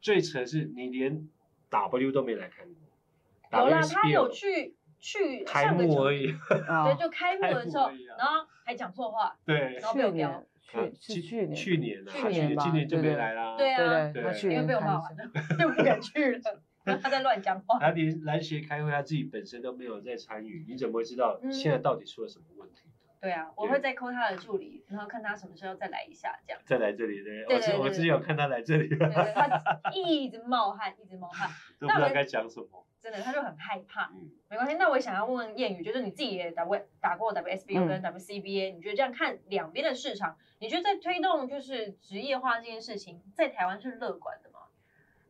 最扯的是你连 W 都没来看过，
有啦，他
WSBL
有去去
开
上个
幕
球
而，已，
啊
对，就开幕的时候
开幕而已啊，
然后还讲错话，
对啊
然，后被
去
我聊
年去是去年
去年啊，
去
他去
年
年
吧
今年就
对
没
对
来啦，
对啊，
对
对
他去
因为
年
被我
看
骂
一
完
下
了，就不敢去了， 然后他在乱讲话，
他连篮协开会他自己本身都没有在参与，你怎么会知道
嗯
现在到底出了什么问题？
对啊，我
对
会再扣他的助理，然后看他什么时候再来一下，这样。
再来这里对，
对
我之
对
我
对
之前有看他来这里，
对对， 他一直冒汗，一直冒汗，
都
那
不知
我
道
们
该讲什么，
真的，他就很害怕。
嗯。
没关系，那我也想要问问谚语，就是你自己也打过打过 WSBU
嗯
跟 WCBA，、你觉得这样看两边的市场，你觉得在推动就是职业化这件事情，在台湾是乐观的吗？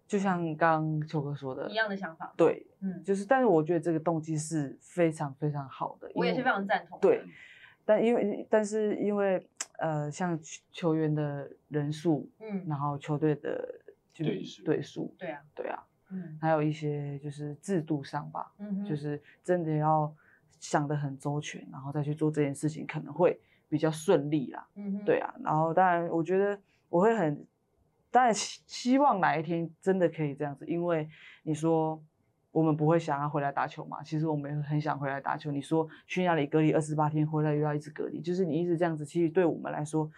就像刚秋哥说的
一，样的想法，
对，
嗯，
就是，但是我觉得这个动机是非常非常好的，
我也
因
是
为
非常赞同。
对，但因为但是因为呃，像球球员的人数，
嗯，
然后球队的就
队数
队数，
对啊，
对啊，
嗯
还有一些就是制度上吧，
嗯哼，
就是真的要想得很周全，然后再去做这件事情，可能会比较顺利啦。
嗯哼，
对，啊，然后当然，我觉得我会很，当然希希望哪一天真的可以这样子，因为你说我们不会想要回来打球嘛，其实我们也很想回来打球。你说去那里隔离二十八天，回来又要一直隔离，就是你一直这样子，其实对我们来说。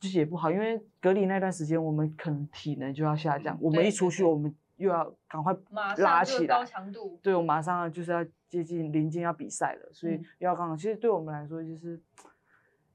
就是也不好，因为隔离那段时间，我们可能体能就要下降。我们
嗯对
一
对
出去，
对
我们又要赶快
马上
拉
就
起
高
来，
强度，
对我马上就是要接近临近要比赛了，所以
嗯
要刚好。其实对我们来说，就是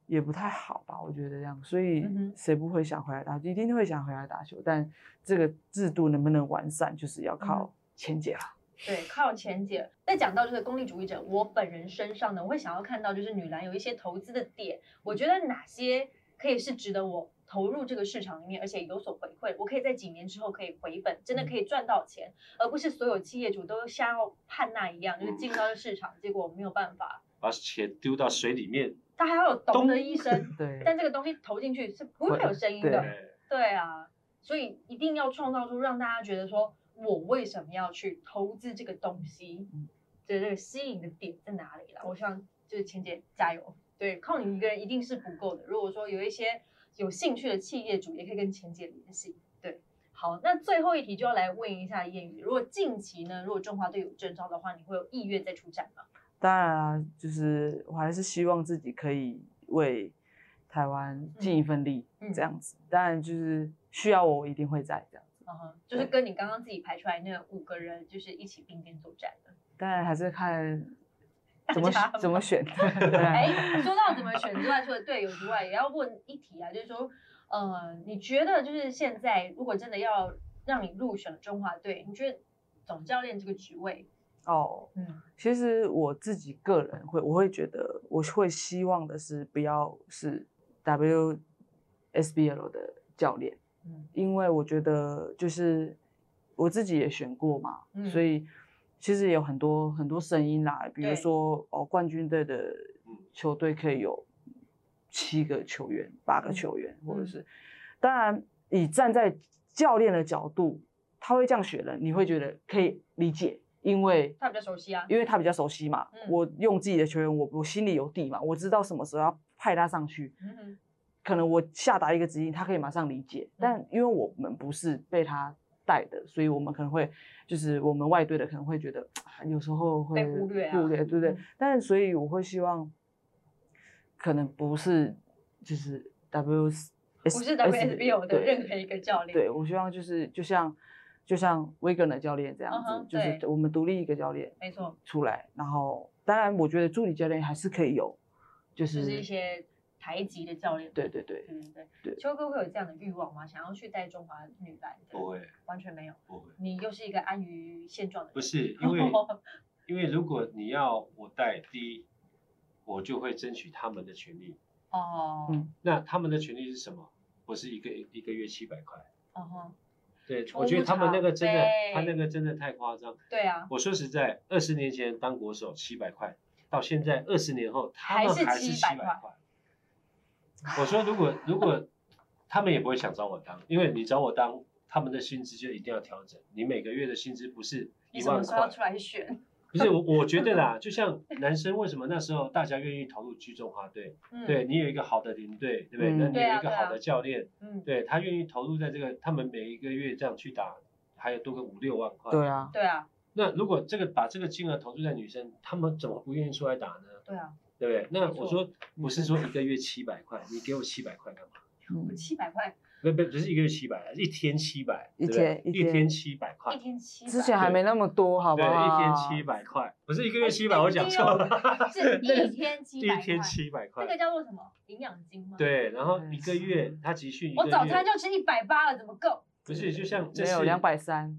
也不太好吧，我觉得这样。所以
嗯哼
谁不会想回来打球？一定会想回来打球，但这个制度能不能完善，就是要
嗯
靠啊钱姐了。
对，靠前姐。再讲到就是功利主义者，我本人身上呢，我会想要看到就是女篮有一些投资的点，我觉得哪些可以是值得我投入这个市场里面，而且有所回馈，我可以在几年之后可以回本，真的可以赚到钱，而不是所有企业主都像要盼那一样，就是进到这市场，结果没有办法。
把钱丢到水里面，
他还要有懂的医生，
对，
但这个东西投进去是不会有声音
对
的。
哎
对啊，所以一定要创造出让大家觉得说，我为什么要去投资这个东西
嗯，
这这个吸引的点在哪里啦？我想就是钱姐加油，对，靠你一个人一定是不够的。如果说有一些有兴趣的企业主，也可以跟钱姐联系。对，好，那最后一题就要来问一下谚语，如果近期呢，如果中华队有征召的话，你会有意愿再出战吗？
当然啊，就是我还是希望自己可以为台湾尽一份力，
嗯
这样子。当然就是需要我，我一定会在这样子。
嗯哼，就是跟你刚刚自己排出来那五个人，就是一起并肩作战的。
当然还是看怎么
大家
怎么选。对啊
哎 哎，说到怎么选之外，除了队友之外，也要问一题啊，就是说，呃，你觉得就是现在如果真的要让你入选中华队，你觉得总教练这个职位，
哦，
嗯，
其实我自己个人会，我会觉得我会希望的是不要是 WSBL 的教练，
嗯
因为我觉得就是我自己也选过嘛，
嗯
所以其实有很多很多声音啦，比如
对
说哦，冠军队的球队可以有七个球员、八个
嗯
球员，或
嗯
者是当然以站在教练的角度，他会这样选人，你会觉得可以理解，因为
他比较熟悉啊，
因为他比较熟悉嘛，
嗯
我用自己的球员，我我心里有底嘛，我知道什么时候要派他上去，
嗯哼，
可能我下达一个指令，他可以马上理解。
嗯
但因为我们不是被他带的，所以我们可能会就是我们外队的可能会觉得啊有时候会
被忽略啊
忽略对不对
嗯？
但所以我会希望，可能不是就是 W 不
不是 WSBO 哦的任何一个教练，
对，我希望就是就像就像威格的教练这样
嗯
子
哼
就是
对
我们独立一个教练
没错，
出来，然后当然我觉得助理教练还是可以有，就是
就是一些台籍的教练，
对对对，
嗯对
对
秋哥会有这样的欲望吗？想要去带中华女篮的？
不会
完全没有。
不会，
你又是一个安于现状的人，
不是因为
哦
因为如果你要我带，第一我就会争取他们的权利。
哦，
嗯
那他们的权利是什么？不是一个一个月七百块。
哦吼，
对，
出
我觉得他们那个真的
场，
他
费
那个真的太夸张。
对啊，
我说实在，二十年前当国手七百块，到现在二十年后，他们
还
还
是
是七
700
百块。我说如果如果他们也不会想找我当，因为你找我当，他们的薪资就一定要调整。你每个月的薪资不是
你
一
什么
万
时候要
块，
出来选？
不是我我觉得啦，就像男生为什么那时候大家愿意投入居中华队，
嗯，
对，你有一个好的领队，对不对？
嗯
那你
对啊
有一个
对啊
好的教练，
嗯，
对他愿意投入在这个，他们每一个月这样去打，还有多个五六万块。
对啊，
对啊，
那如果这个把这个金额投注在女生，他们怎么不愿意出来打呢？
对啊，
对不对？那
没错嗯
我说不是说一个月七百块，你给我七百块干嘛？
嗯
我七百块
不不不是一个月七百，啊一天七百，
一
对不对
天一
一
天
天七百块
一，天七百，
之前还没那么多，好不
对，
好？
一天七百块，不是一个月七百，我讲错了，
是
那个
一天七
一
哦百块，
天七百
这
块，
个叫做什么？营养金吗？，
对，然后一个月他集训一个
我
月，
早餐就吃一百八了，怎么够？
不是就像这
没
是
有两百三，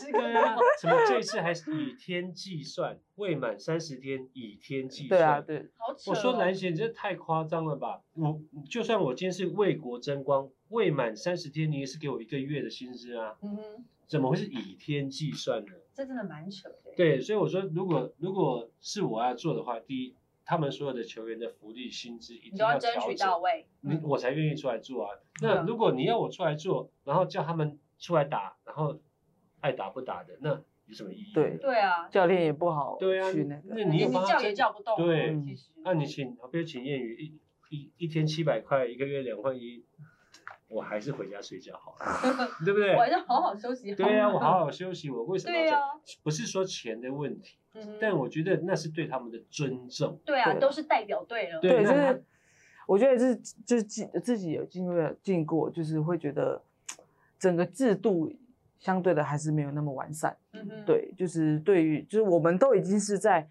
这个呀、什么这一次还是以天计算，未满三十天以天计算。
对啊，对，
好扯哦。
我说蓝贤，你这太夸张了吧？我就算我今天是为国争光，未满三十天，你也是给我一个月的薪资啊，
嗯哼，
怎么会是以天计算呢？
这真的蛮扯的。，
对，所以我说，如果如果是我要做的话，第一，他们所有的球员的福利薪资一
你
定
都要争
调
取
整
到，位。
你
嗯
我才愿意出来做啊。
嗯
那如果你要我出来做，然后叫他们出来打，然后爱打不打的，那有什么意义呢？
对
对啊，
教练也不好
对啊，
去那个，
你
你
有帮他
叫
争
也叫不动啊。
对
其实
那你请，比如请谚语，一一一天七百块，一个月两万一，我还是回家睡觉好 了，对不对
我？还是好好休息好了。
对啊呀、我好好休息，我为什么要
对
这样？
啊，
不是说钱的问题，
嗯哼
但我觉得那是对他们的尊重。
对啊，
对
都是代表队了。
对
对，
那
就
他
是我觉得是就是自自己有进入进过，就是会觉得整个制度相对的还是没有那么完善。
嗯哼，
对，就是对于就是我们都已经是在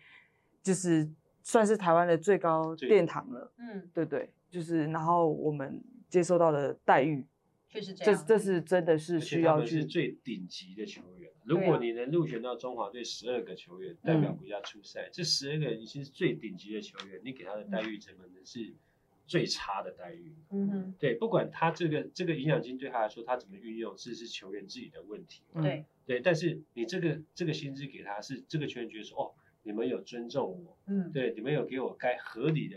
就是算是台湾的最高
最
殿堂了，
嗯，
对对，就是然后我们接受到的待遇，
确实这
这
样。
这是真的是
而且
需
他
要
们是
去
最顶级的球员，
对
如
啊嗯
果你能入选到中华队十二个球员代表国家出赛，这十二个已经是最顶级的球员，你给他的待遇怎么能是最差的待遇？
嗯哼，
对，不管他这个这个营养金对他来说，他怎么运用，这是球员自己的问题。
嗯
对，
对，但是你这个这个薪资给他是这个球员觉得说，哦，你们有尊重我，
嗯，
对，你们有给我该合理的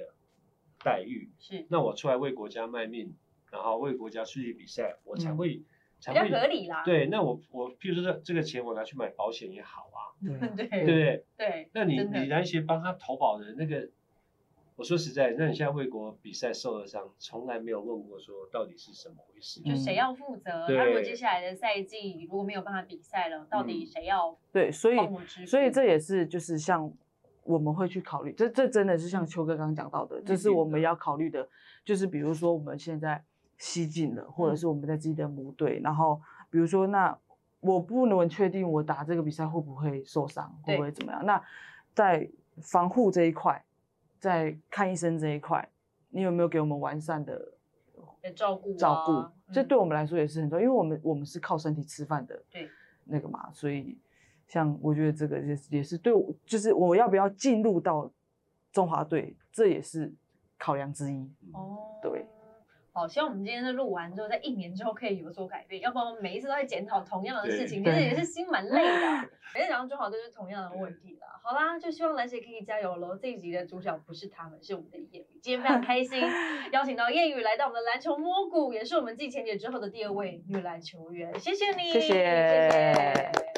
待遇，
是
那我出来为国家卖命，然后为国家出去比赛，我才
嗯
会、才
比较
会
合理啦。
对，那我我譬如说这这个钱我拿去买保险也好啊，
对
对不
对
对？
对，
那你
真的
你篮协帮他投保的那个，我说实在，那你现在为国比赛受了伤，从来没有问过说到底是怎么回事。
就
嗯
谁要负责？
对嗯
那如果接下来的赛季如果没有办法比赛了，到底谁要
对，所以
帮我支付？
所以这也是就是像我们会去考虑，这这真的是像秋哥刚刚讲到的，这是我们要考虑的，就是比如说我们现在西进了，或者是我们在自己的母队，然后比如说那我不能确定我打这个比赛会不会受伤，
对
会不会怎么样？那在防护这一块，在看医生这一块，你有没有给我们完善的
的照顾啊、
照顾，这
嗯
对我们来说也是很重要，因为我们我们是靠身体吃饭的，
对，
那个嘛，所以像我觉得这个也是也是对我，就是我要不要进入到中华队，这也是考量之一。
哦，
嗯对。
好，希望我们今天的录完之后，在一年之后可以有所改变，要不然我们每一次都在检讨同样的事情，其
对
实也是心蛮累 的。每次讲到中华队就是同样的问题啦。好啦，就希望蓝姐可以加油喽！这一集的主角不是他们，是我们的谚语。今天非常开 心，邀请到谚语来到我们的篮球摸骨，也是我们继前姐之后的第二位女篮球员。谢谢你，
谢谢
谢谢